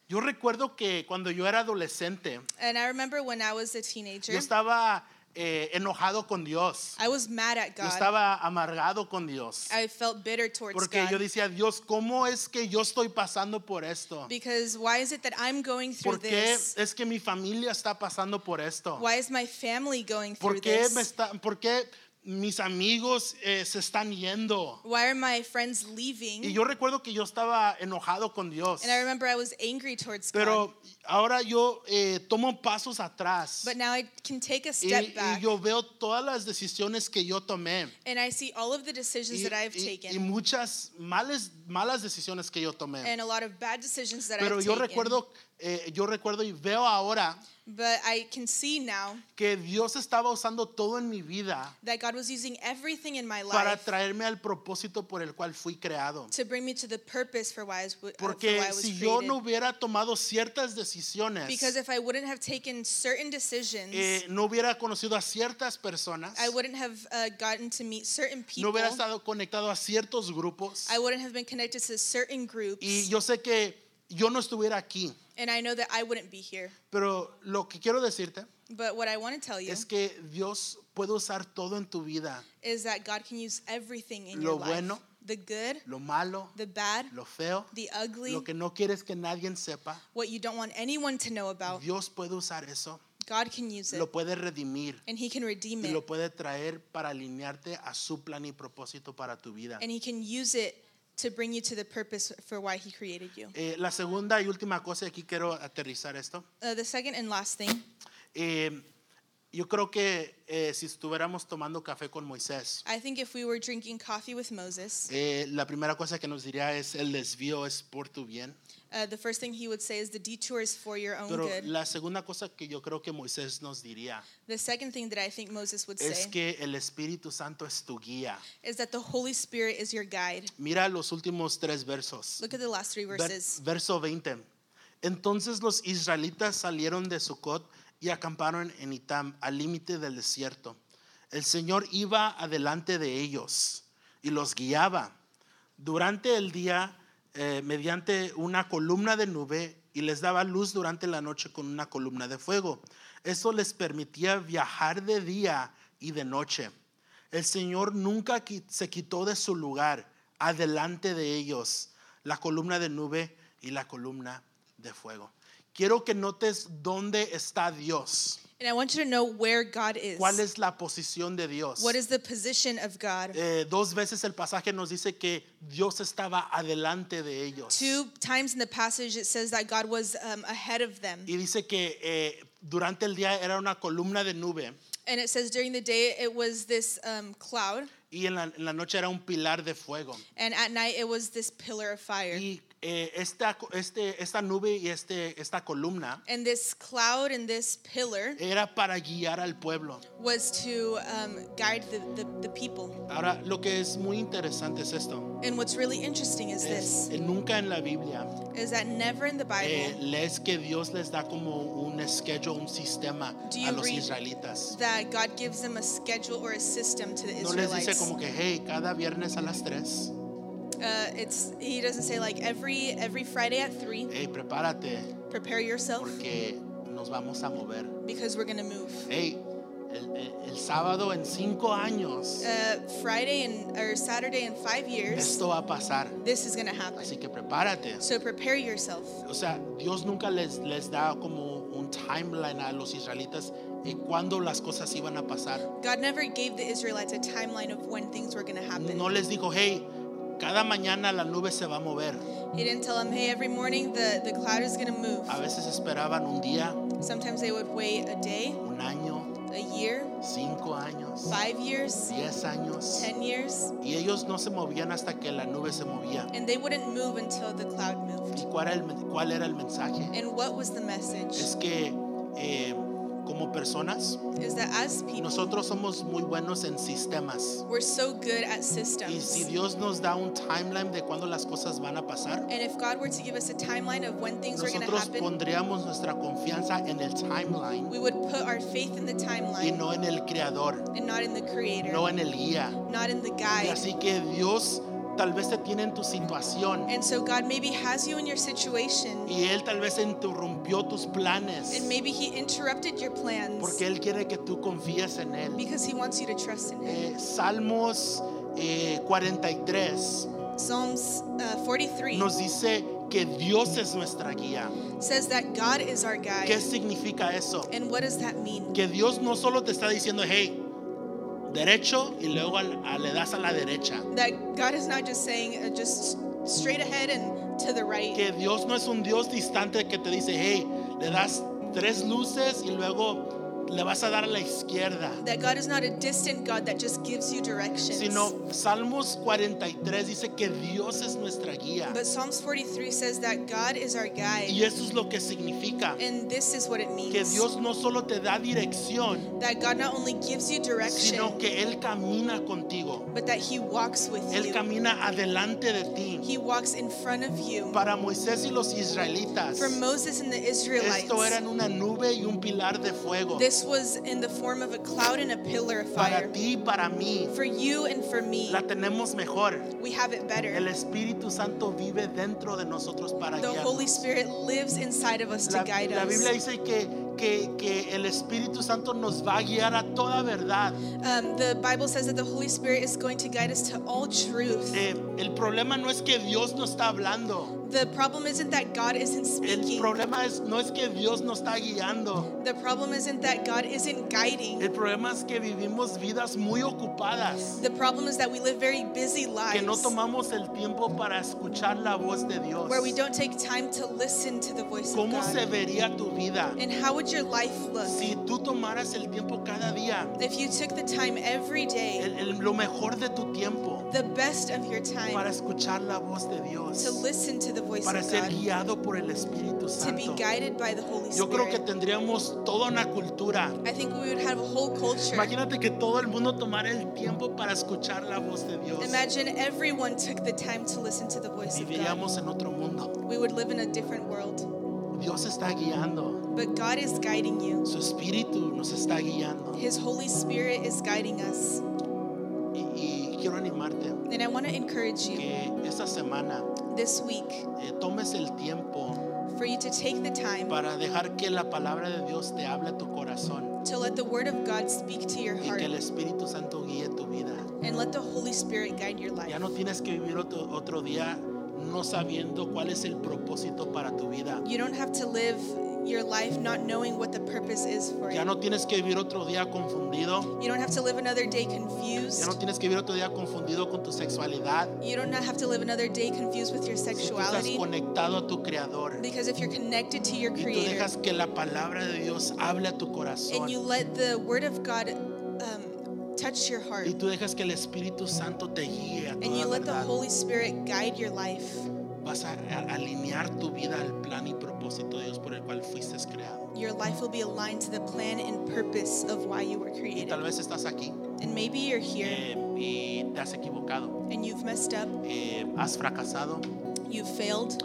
[SPEAKER 1] yo recuerdo que cuando yo era adolescente,
[SPEAKER 2] and I remember when I was a teenager,
[SPEAKER 1] yo estaba eh, enojado con Dios.
[SPEAKER 2] I was mad at
[SPEAKER 1] Yo
[SPEAKER 2] God.
[SPEAKER 1] estaba amargado con Dios.
[SPEAKER 2] I felt bitter towards
[SPEAKER 1] Porque
[SPEAKER 2] God
[SPEAKER 1] yo decía, Dios, ¿cómo es que yo estoy pasando por esto?
[SPEAKER 2] because why is it that I'm going through
[SPEAKER 1] ¿Por qué
[SPEAKER 2] this?
[SPEAKER 1] es que mi familia está pasando por esto?
[SPEAKER 2] Why is my family going through
[SPEAKER 1] ¿Por qué,
[SPEAKER 2] this?
[SPEAKER 1] me está- por qué mis amigos eh, se están yendo?
[SPEAKER 2] Why are my friends leaving?
[SPEAKER 1] Y yo recuerdo que yo estaba enojado con Dios.
[SPEAKER 2] Mm. and I remember I was angry towards God.
[SPEAKER 1] Pero ahora yo eh, tomo pasos atrás.
[SPEAKER 2] But now I can take a
[SPEAKER 1] Y,
[SPEAKER 2] step
[SPEAKER 1] y
[SPEAKER 2] back
[SPEAKER 1] yo veo todas las decisiones que yo tomé.
[SPEAKER 2] and I see all of the decisions
[SPEAKER 1] Y,
[SPEAKER 2] that I've
[SPEAKER 1] y-
[SPEAKER 2] taken
[SPEAKER 1] y muchas males- malas decisiones que yo tomé.
[SPEAKER 2] and a lot of bad decisions that
[SPEAKER 1] Pero
[SPEAKER 2] I've
[SPEAKER 1] yo
[SPEAKER 2] taken.
[SPEAKER 1] recuerdo, eh, yo recuerdo y veo ahora
[SPEAKER 2] But I can see now
[SPEAKER 1] que Dios estaba usando todo en mi vida
[SPEAKER 2] that God was using everything in my
[SPEAKER 1] para
[SPEAKER 2] life
[SPEAKER 1] traerme al propósito por el cual fui creado.
[SPEAKER 2] to bring me to the purpose for why I was, for why I
[SPEAKER 1] Porque
[SPEAKER 2] was
[SPEAKER 1] si yo
[SPEAKER 2] created.
[SPEAKER 1] no hubiera tomado ciertas decisiones,
[SPEAKER 2] because if I wouldn't have taken certain decisions,
[SPEAKER 1] eh, no hubiera conocido a ciertas personas,
[SPEAKER 2] I wouldn't have uh, gotten to meet certain
[SPEAKER 1] no
[SPEAKER 2] people.
[SPEAKER 1] hubiera estado conectado a ciertos grupos.
[SPEAKER 2] I wouldn't have been connected to certain groups.
[SPEAKER 1] Y yo sé que yo no estuviera aquí,
[SPEAKER 2] and I know that I wouldn't be here.
[SPEAKER 1] pero lo que quiero decirte
[SPEAKER 2] But what I want to tell you
[SPEAKER 1] es que Dios puede usar todo en tu vida,
[SPEAKER 2] is that God can use everything in
[SPEAKER 1] Lo
[SPEAKER 2] your life.
[SPEAKER 1] bueno.
[SPEAKER 2] the good,
[SPEAKER 1] lo malo,
[SPEAKER 2] the bad,
[SPEAKER 1] lo feo,
[SPEAKER 2] the ugly,
[SPEAKER 1] lo que no quieres que nadie sepa.
[SPEAKER 2] what you don't want anyone to know about.
[SPEAKER 1] Dios puede usar eso,
[SPEAKER 2] God can use it.
[SPEAKER 1] lo puede redimir
[SPEAKER 2] and he can redeem
[SPEAKER 1] y
[SPEAKER 2] it.
[SPEAKER 1] lo puede traer para alinearte a su plan y propósito para tu vida.
[SPEAKER 2] and he can use it to bring you to the purpose for why he created you.
[SPEAKER 1] Eh, la segunda y última cosa, y aquí quiero aterrizar esto.
[SPEAKER 2] Uh, the second and last thing
[SPEAKER 1] Eh, yo creo que eh, si estuviéramos tomando café con Moisés,
[SPEAKER 2] I think if we were drinking coffee with Moses,
[SPEAKER 1] eh, la primera cosa que nos diría es el desvío es por tu bien.
[SPEAKER 2] uh, the first thing he would say is the detour is for your own
[SPEAKER 1] Pero
[SPEAKER 2] good.
[SPEAKER 1] la segunda cosa que yo creo que Moisés nos diría
[SPEAKER 2] the second thing that I think Moses would
[SPEAKER 1] es
[SPEAKER 2] say
[SPEAKER 1] que el Espíritu Santo es tu guía.
[SPEAKER 2] is that the Holy Spirit is your guide.
[SPEAKER 1] Mira los últimos tres versos.
[SPEAKER 2] Look at the last three
[SPEAKER 1] Ver-
[SPEAKER 2] verses.
[SPEAKER 1] verso 20. Entonces los israelitas salieron de Sucot y acamparon en Itam, al límite del desierto. El Señor iba adelante de ellos y los guiaba durante el día eh, mediante una columna de nube y les daba luz durante la noche con una columna de fuego. Eso les permitía viajar de día y de noche. El Señor nunca qui- se quitó de su lugar, adelante de ellos, la columna de nube y la columna de fuego. Quiero que notes dónde está Dios,
[SPEAKER 2] And I want you to know where God is.
[SPEAKER 1] cuál es la posición de Dios.
[SPEAKER 2] what is the position of God?
[SPEAKER 1] Eh, dos veces el pasaje nos dice que Dios estaba adelante de ellos.
[SPEAKER 2] Two times in the passage it says that God was um, ahead of them.
[SPEAKER 1] Y dice que eh, durante el día era una columna de nube
[SPEAKER 2] And it says during the day it was this um, cloud,
[SPEAKER 1] y en la, en la noche era un pilar de fuego.
[SPEAKER 2] and at night it was this pillar of fire.
[SPEAKER 1] Y eh, esta, co- este, esta nube y este, esta columna
[SPEAKER 2] And this cloud and this pillar
[SPEAKER 1] era para guiar al pueblo.
[SPEAKER 2] was to um, guide the, the, the people.
[SPEAKER 1] Ahora, lo que es muy interesante es esto.
[SPEAKER 2] And what's really interesting is
[SPEAKER 1] Es- eh,
[SPEAKER 2] this,
[SPEAKER 1] nunca en la Biblia
[SPEAKER 2] is that never in the
[SPEAKER 1] eh,
[SPEAKER 2] Bible
[SPEAKER 1] lees que Dios les da como un schedule, un sistema
[SPEAKER 2] Do
[SPEAKER 1] a
[SPEAKER 2] you
[SPEAKER 1] los
[SPEAKER 2] read-
[SPEAKER 1] israelitas.
[SPEAKER 2] that God gives them a schedule or a system to the
[SPEAKER 1] No les dice
[SPEAKER 2] Israelites.
[SPEAKER 1] como que, hey, cada viernes a las 3,
[SPEAKER 2] Uh, it's he doesn't say like every every Friday at three,
[SPEAKER 1] hey, prepárate
[SPEAKER 2] prepare yourself
[SPEAKER 1] porque nos vamos a mover.
[SPEAKER 2] because we're gonna move.
[SPEAKER 1] Hey, el, el- el sábado en cinco años
[SPEAKER 2] Uh, Friday and or Saturday in five years,
[SPEAKER 1] esto va a pasar.
[SPEAKER 2] this is gonna happen.
[SPEAKER 1] Así que prepárate.
[SPEAKER 2] So prepare yourself.
[SPEAKER 1] O sea, Dios nunca les, les da como un timeline a los israelitas en cuándo las cosas iban a pasar.
[SPEAKER 2] God never gave the Israelites a timeline of when things were going to happen.
[SPEAKER 1] No les dijo, hey, cada mañana la nube se va a mover.
[SPEAKER 2] He didn't tell them, hey, every morning the, the cloud is going to
[SPEAKER 1] A
[SPEAKER 2] move.
[SPEAKER 1] veces esperaban un día,
[SPEAKER 2] Sometimes they would wait a day,
[SPEAKER 1] un año,
[SPEAKER 2] a year,
[SPEAKER 1] cinco años,
[SPEAKER 2] five years,
[SPEAKER 1] diez años.
[SPEAKER 2] 10 years,
[SPEAKER 1] Y ellos no se movían hasta que la nube se movía.
[SPEAKER 2] and they wouldn't move until the cloud moved.
[SPEAKER 1] ¿Y cuál era el, men- cuál era el mensaje?
[SPEAKER 2] And what was the message?
[SPEAKER 1] Es que eh, como personas,
[SPEAKER 2] Is that as
[SPEAKER 1] Y
[SPEAKER 2] people,
[SPEAKER 1] Nosotros somos muy buenos en sistemas.
[SPEAKER 2] we're so good at
[SPEAKER 1] Y si
[SPEAKER 2] systems.
[SPEAKER 1] Dios nos da un timeline de cuándo las cosas van a pasar,
[SPEAKER 2] And if God were to give us a timeline of when things were going to
[SPEAKER 1] nosotros
[SPEAKER 2] happen,
[SPEAKER 1] pondríamos nuestra confianza en el timeline
[SPEAKER 2] we would put our faith in the
[SPEAKER 1] y
[SPEAKER 2] timeline
[SPEAKER 1] no en el creador,
[SPEAKER 2] and not in the creator,
[SPEAKER 1] no en el guía.
[SPEAKER 2] not in the
[SPEAKER 1] Y
[SPEAKER 2] guide.
[SPEAKER 1] así que Dios tal vez te tiene en tu situación
[SPEAKER 2] And so God maybe has you in your situation
[SPEAKER 1] y Él tal vez interrumpió tus planes
[SPEAKER 2] And maybe he interrupted your plans
[SPEAKER 1] porque Él quiere que tú confíes en Él.
[SPEAKER 2] because he wants you to trust in him.
[SPEAKER 1] Eh, Salmos eh, 43
[SPEAKER 2] Psalms uh, 43
[SPEAKER 1] nos dice que Dios es nuestra guía.
[SPEAKER 2] says that God is our guide.
[SPEAKER 1] ¿Qué significa eso?
[SPEAKER 2] And what does that mean?
[SPEAKER 1] que Dios no solo te está diciendo, hey, derecho y luego al- a- le das a la derecha.
[SPEAKER 2] That God is not just saying uh, just straight ahead and to the right.
[SPEAKER 1] Que Dios no es un Dios distante que te dice, hey, le das tres luces y luego le vas a dar a la izquierda.
[SPEAKER 2] That God is not a distant God that just gives you directions.
[SPEAKER 1] Sino Salmos 43 dice que Dios es nuestra guía.
[SPEAKER 2] But Psalms 43 says that God is our guide.
[SPEAKER 1] Y eso es lo que significa.
[SPEAKER 2] And this is what it means.
[SPEAKER 1] Que Dios no solo te da dirección,
[SPEAKER 2] that God not only gives you direction,
[SPEAKER 1] sino que Él camina contigo.
[SPEAKER 2] but that He walks with
[SPEAKER 1] Él
[SPEAKER 2] you.
[SPEAKER 1] camina adelante de ti.
[SPEAKER 2] He walks in front of you.
[SPEAKER 1] Para Moisés y los israelitas,
[SPEAKER 2] For Moses and the Israelites,
[SPEAKER 1] esto eran una nube y un pilar de fuego.
[SPEAKER 2] this was in the form of a cloud and a pillar of fire.
[SPEAKER 1] Para ti y para mí,
[SPEAKER 2] For you and for me,
[SPEAKER 1] la tenemos mejor.
[SPEAKER 2] we have it
[SPEAKER 1] El
[SPEAKER 2] better.
[SPEAKER 1] Espíritu Santo vive dentro de nosotros para
[SPEAKER 2] The Holy
[SPEAKER 1] guiarnos.
[SPEAKER 2] Spirit lives inside of us to
[SPEAKER 1] La,
[SPEAKER 2] guide
[SPEAKER 1] la
[SPEAKER 2] us.
[SPEAKER 1] Biblia dice que, que, que el Espíritu Santo nos va a guiar a toda verdad.
[SPEAKER 2] Um, the Bible says that the Holy Spirit is going to guide us to all truth.
[SPEAKER 1] Eh, el problema no es que Dios no está hablando.
[SPEAKER 2] The problem isn't that God
[SPEAKER 1] El
[SPEAKER 2] isn't speaking.
[SPEAKER 1] problema es, no es que Dios no está guiando.
[SPEAKER 2] The problem isn't that God isn't guiding.
[SPEAKER 1] El problema es que vivimos vidas muy ocupadas.
[SPEAKER 2] The problem is that we live very busy
[SPEAKER 1] Que
[SPEAKER 2] lives
[SPEAKER 1] no tomamos el tiempo para escuchar la voz de Dios.
[SPEAKER 2] where we don't take time to listen to the voice of
[SPEAKER 1] ¿Cómo se
[SPEAKER 2] God.
[SPEAKER 1] vería tu vida
[SPEAKER 2] And how would your life look
[SPEAKER 1] si tú tomaras el tiempo cada día?
[SPEAKER 2] if you took the time every day,
[SPEAKER 1] el- el- lo mejor de tu tiempo.
[SPEAKER 2] the best of your
[SPEAKER 1] para
[SPEAKER 2] time,
[SPEAKER 1] escuchar la voz de
[SPEAKER 2] to
[SPEAKER 1] Dios,
[SPEAKER 2] listen to the voice
[SPEAKER 1] para
[SPEAKER 2] of
[SPEAKER 1] ser
[SPEAKER 2] God,
[SPEAKER 1] guiado por el Espíritu
[SPEAKER 2] to be
[SPEAKER 1] Santo.
[SPEAKER 2] guided by the Holy
[SPEAKER 1] Yo creo que
[SPEAKER 2] Spirit?
[SPEAKER 1] tendríamos toda una cultura.
[SPEAKER 2] I think we would have a whole culture.
[SPEAKER 1] Imagínate que todo el mundo tomara el tiempo para escuchar la voz de Dios.
[SPEAKER 2] Imagine everyone took the time to listen to the voice of God.
[SPEAKER 1] Viviríamos en otro mundo.
[SPEAKER 2] We would live in a different world.
[SPEAKER 1] Dios está guiando,
[SPEAKER 2] But God is guiding you.
[SPEAKER 1] su Espíritu nos está guiando.
[SPEAKER 2] His Holy Spirit is guiding us.
[SPEAKER 1] Y, y quiero animarte
[SPEAKER 2] And I want to encourage you
[SPEAKER 1] que esta semana
[SPEAKER 2] this week
[SPEAKER 1] eh, tomes el tiempo
[SPEAKER 2] for you to take the time
[SPEAKER 1] para dejar que la palabra de Dios te hable a tu corazón
[SPEAKER 2] to let the Word of God speak to your
[SPEAKER 1] y
[SPEAKER 2] heart
[SPEAKER 1] que el Espíritu Santo guíe tu vida.
[SPEAKER 2] and let the Holy Spirit guide your life.
[SPEAKER 1] Ya no tienes que vivir otro, otro día no sabiendo cuál es el propósito para tu vida.
[SPEAKER 2] You don't have to live your life not knowing what the purpose is for
[SPEAKER 1] Ya
[SPEAKER 2] it.
[SPEAKER 1] no tienes que vivir otro día confundido.
[SPEAKER 2] You don't have to live another day
[SPEAKER 1] Ya no
[SPEAKER 2] confused.
[SPEAKER 1] tienes que vivir otro día confundido con tu sexualidad.
[SPEAKER 2] You don't have to live another day confused with your
[SPEAKER 1] Si tú estás
[SPEAKER 2] sexuality
[SPEAKER 1] conectado a tu creador
[SPEAKER 2] because if you're connected to your
[SPEAKER 1] y tú
[SPEAKER 2] Creator
[SPEAKER 1] dejas que la palabra de Dios hable a tu corazón
[SPEAKER 2] and you let the Word of God um, touch your heart
[SPEAKER 1] y tú dejas que el Espíritu Santo te guíe a
[SPEAKER 2] and you
[SPEAKER 1] toda
[SPEAKER 2] let the
[SPEAKER 1] verdad,
[SPEAKER 2] Holy Spirit guide your life,
[SPEAKER 1] vas a a- alinear tu vida al plan y propósito de Dios por el cual fuiste creado.
[SPEAKER 2] your life will be aligned to the plan and purpose of why you were
[SPEAKER 1] Y
[SPEAKER 2] created.
[SPEAKER 1] tal vez estás aquí
[SPEAKER 2] And maybe you're here
[SPEAKER 1] eh, y te has equivocado,
[SPEAKER 2] and you've messed up,
[SPEAKER 1] eh, has fracasado.
[SPEAKER 2] you've failed.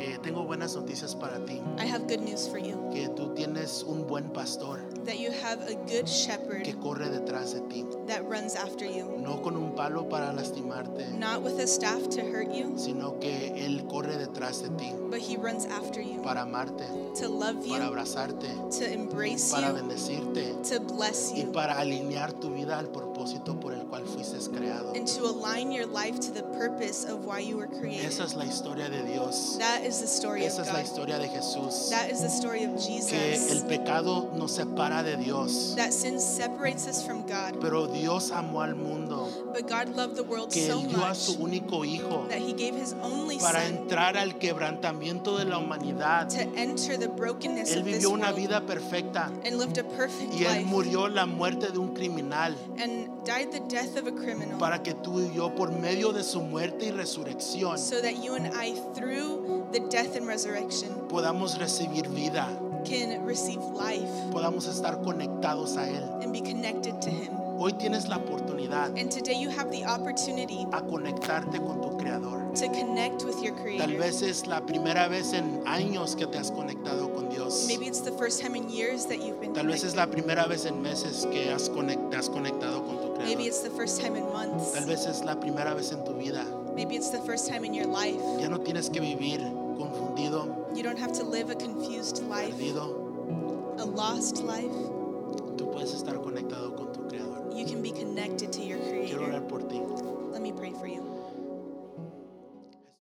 [SPEAKER 1] Eh, tengo buenas noticias para ti,
[SPEAKER 2] I have good news for you
[SPEAKER 1] que tú tienes un buen pastor
[SPEAKER 2] that you have a good shepherd
[SPEAKER 1] que corre detrás de ti,
[SPEAKER 2] that runs after you,
[SPEAKER 1] no con un palo para lastimarte,
[SPEAKER 2] not with a staff to hurt you,
[SPEAKER 1] sino que él corre detrás de ti
[SPEAKER 2] but he runs after you
[SPEAKER 1] para amarte,
[SPEAKER 2] to love
[SPEAKER 1] para
[SPEAKER 2] you,
[SPEAKER 1] abrazarte,
[SPEAKER 2] to embrace
[SPEAKER 1] para
[SPEAKER 2] you,
[SPEAKER 1] bendecirte
[SPEAKER 2] to bless
[SPEAKER 1] y
[SPEAKER 2] you,
[SPEAKER 1] para alinear tu vida al propósito por el cual fuiste creado.
[SPEAKER 2] and to align your life to the purpose of why you were created.
[SPEAKER 1] Esa es la historia de Dios.
[SPEAKER 2] That is the story of
[SPEAKER 1] Esa es la
[SPEAKER 2] God.
[SPEAKER 1] historia de Jesús.
[SPEAKER 2] That is the story of
[SPEAKER 1] Que el
[SPEAKER 2] Jesus.
[SPEAKER 1] pecado nos separa de Dios,
[SPEAKER 2] That sin separates us from God,
[SPEAKER 1] pero Dios amó al mundo,
[SPEAKER 2] but God loved the world
[SPEAKER 1] que
[SPEAKER 2] so
[SPEAKER 1] él dio a
[SPEAKER 2] much
[SPEAKER 1] su único hijo.
[SPEAKER 2] that he gave his only
[SPEAKER 1] para
[SPEAKER 2] son
[SPEAKER 1] entrar al quebrantamiento de la humanidad.
[SPEAKER 2] to enter the brokenness
[SPEAKER 1] Él
[SPEAKER 2] of this
[SPEAKER 1] vivió una
[SPEAKER 2] world
[SPEAKER 1] vida perfecta
[SPEAKER 2] and lived a perfect
[SPEAKER 1] y él
[SPEAKER 2] life
[SPEAKER 1] murió la muerte de un criminal
[SPEAKER 2] and died the death of a criminal
[SPEAKER 1] para que tú y yo, por medio de su muerte y resurrección,
[SPEAKER 2] so that you and I, through the death and resurrection,
[SPEAKER 1] podamos recibir vida,
[SPEAKER 2] can receive life
[SPEAKER 1] podamos estar conectados a Él.
[SPEAKER 2] and be connected to him.
[SPEAKER 1] Hoy tienes la oportunidad
[SPEAKER 2] And today you have the opportunity
[SPEAKER 1] a conectarte con tu Creador.
[SPEAKER 2] to connect with your
[SPEAKER 1] Tal
[SPEAKER 2] Creator.
[SPEAKER 1] vez es la primera vez en años que te has conectado con Dios.
[SPEAKER 2] Maybe it's the first time in years that you've been
[SPEAKER 1] Tal vez es
[SPEAKER 2] connected.
[SPEAKER 1] la primera vez en meses que has conect- te has conectado con tu
[SPEAKER 2] Maybe
[SPEAKER 1] Creador.
[SPEAKER 2] it's the first time in months.
[SPEAKER 1] Tal vez es la primera vez en tu vida.
[SPEAKER 2] Maybe it's the first time in your life.
[SPEAKER 1] Ya no tienes que vivir confundido,
[SPEAKER 2] You don't have to live a confused life,
[SPEAKER 1] perdido.
[SPEAKER 2] a lost life.
[SPEAKER 1] Tú puedes estar conectado con tu Creador.
[SPEAKER 2] You can be connected to your
[SPEAKER 1] Quiero
[SPEAKER 2] Creator.
[SPEAKER 1] orar por ti.
[SPEAKER 2] Let me pray for you.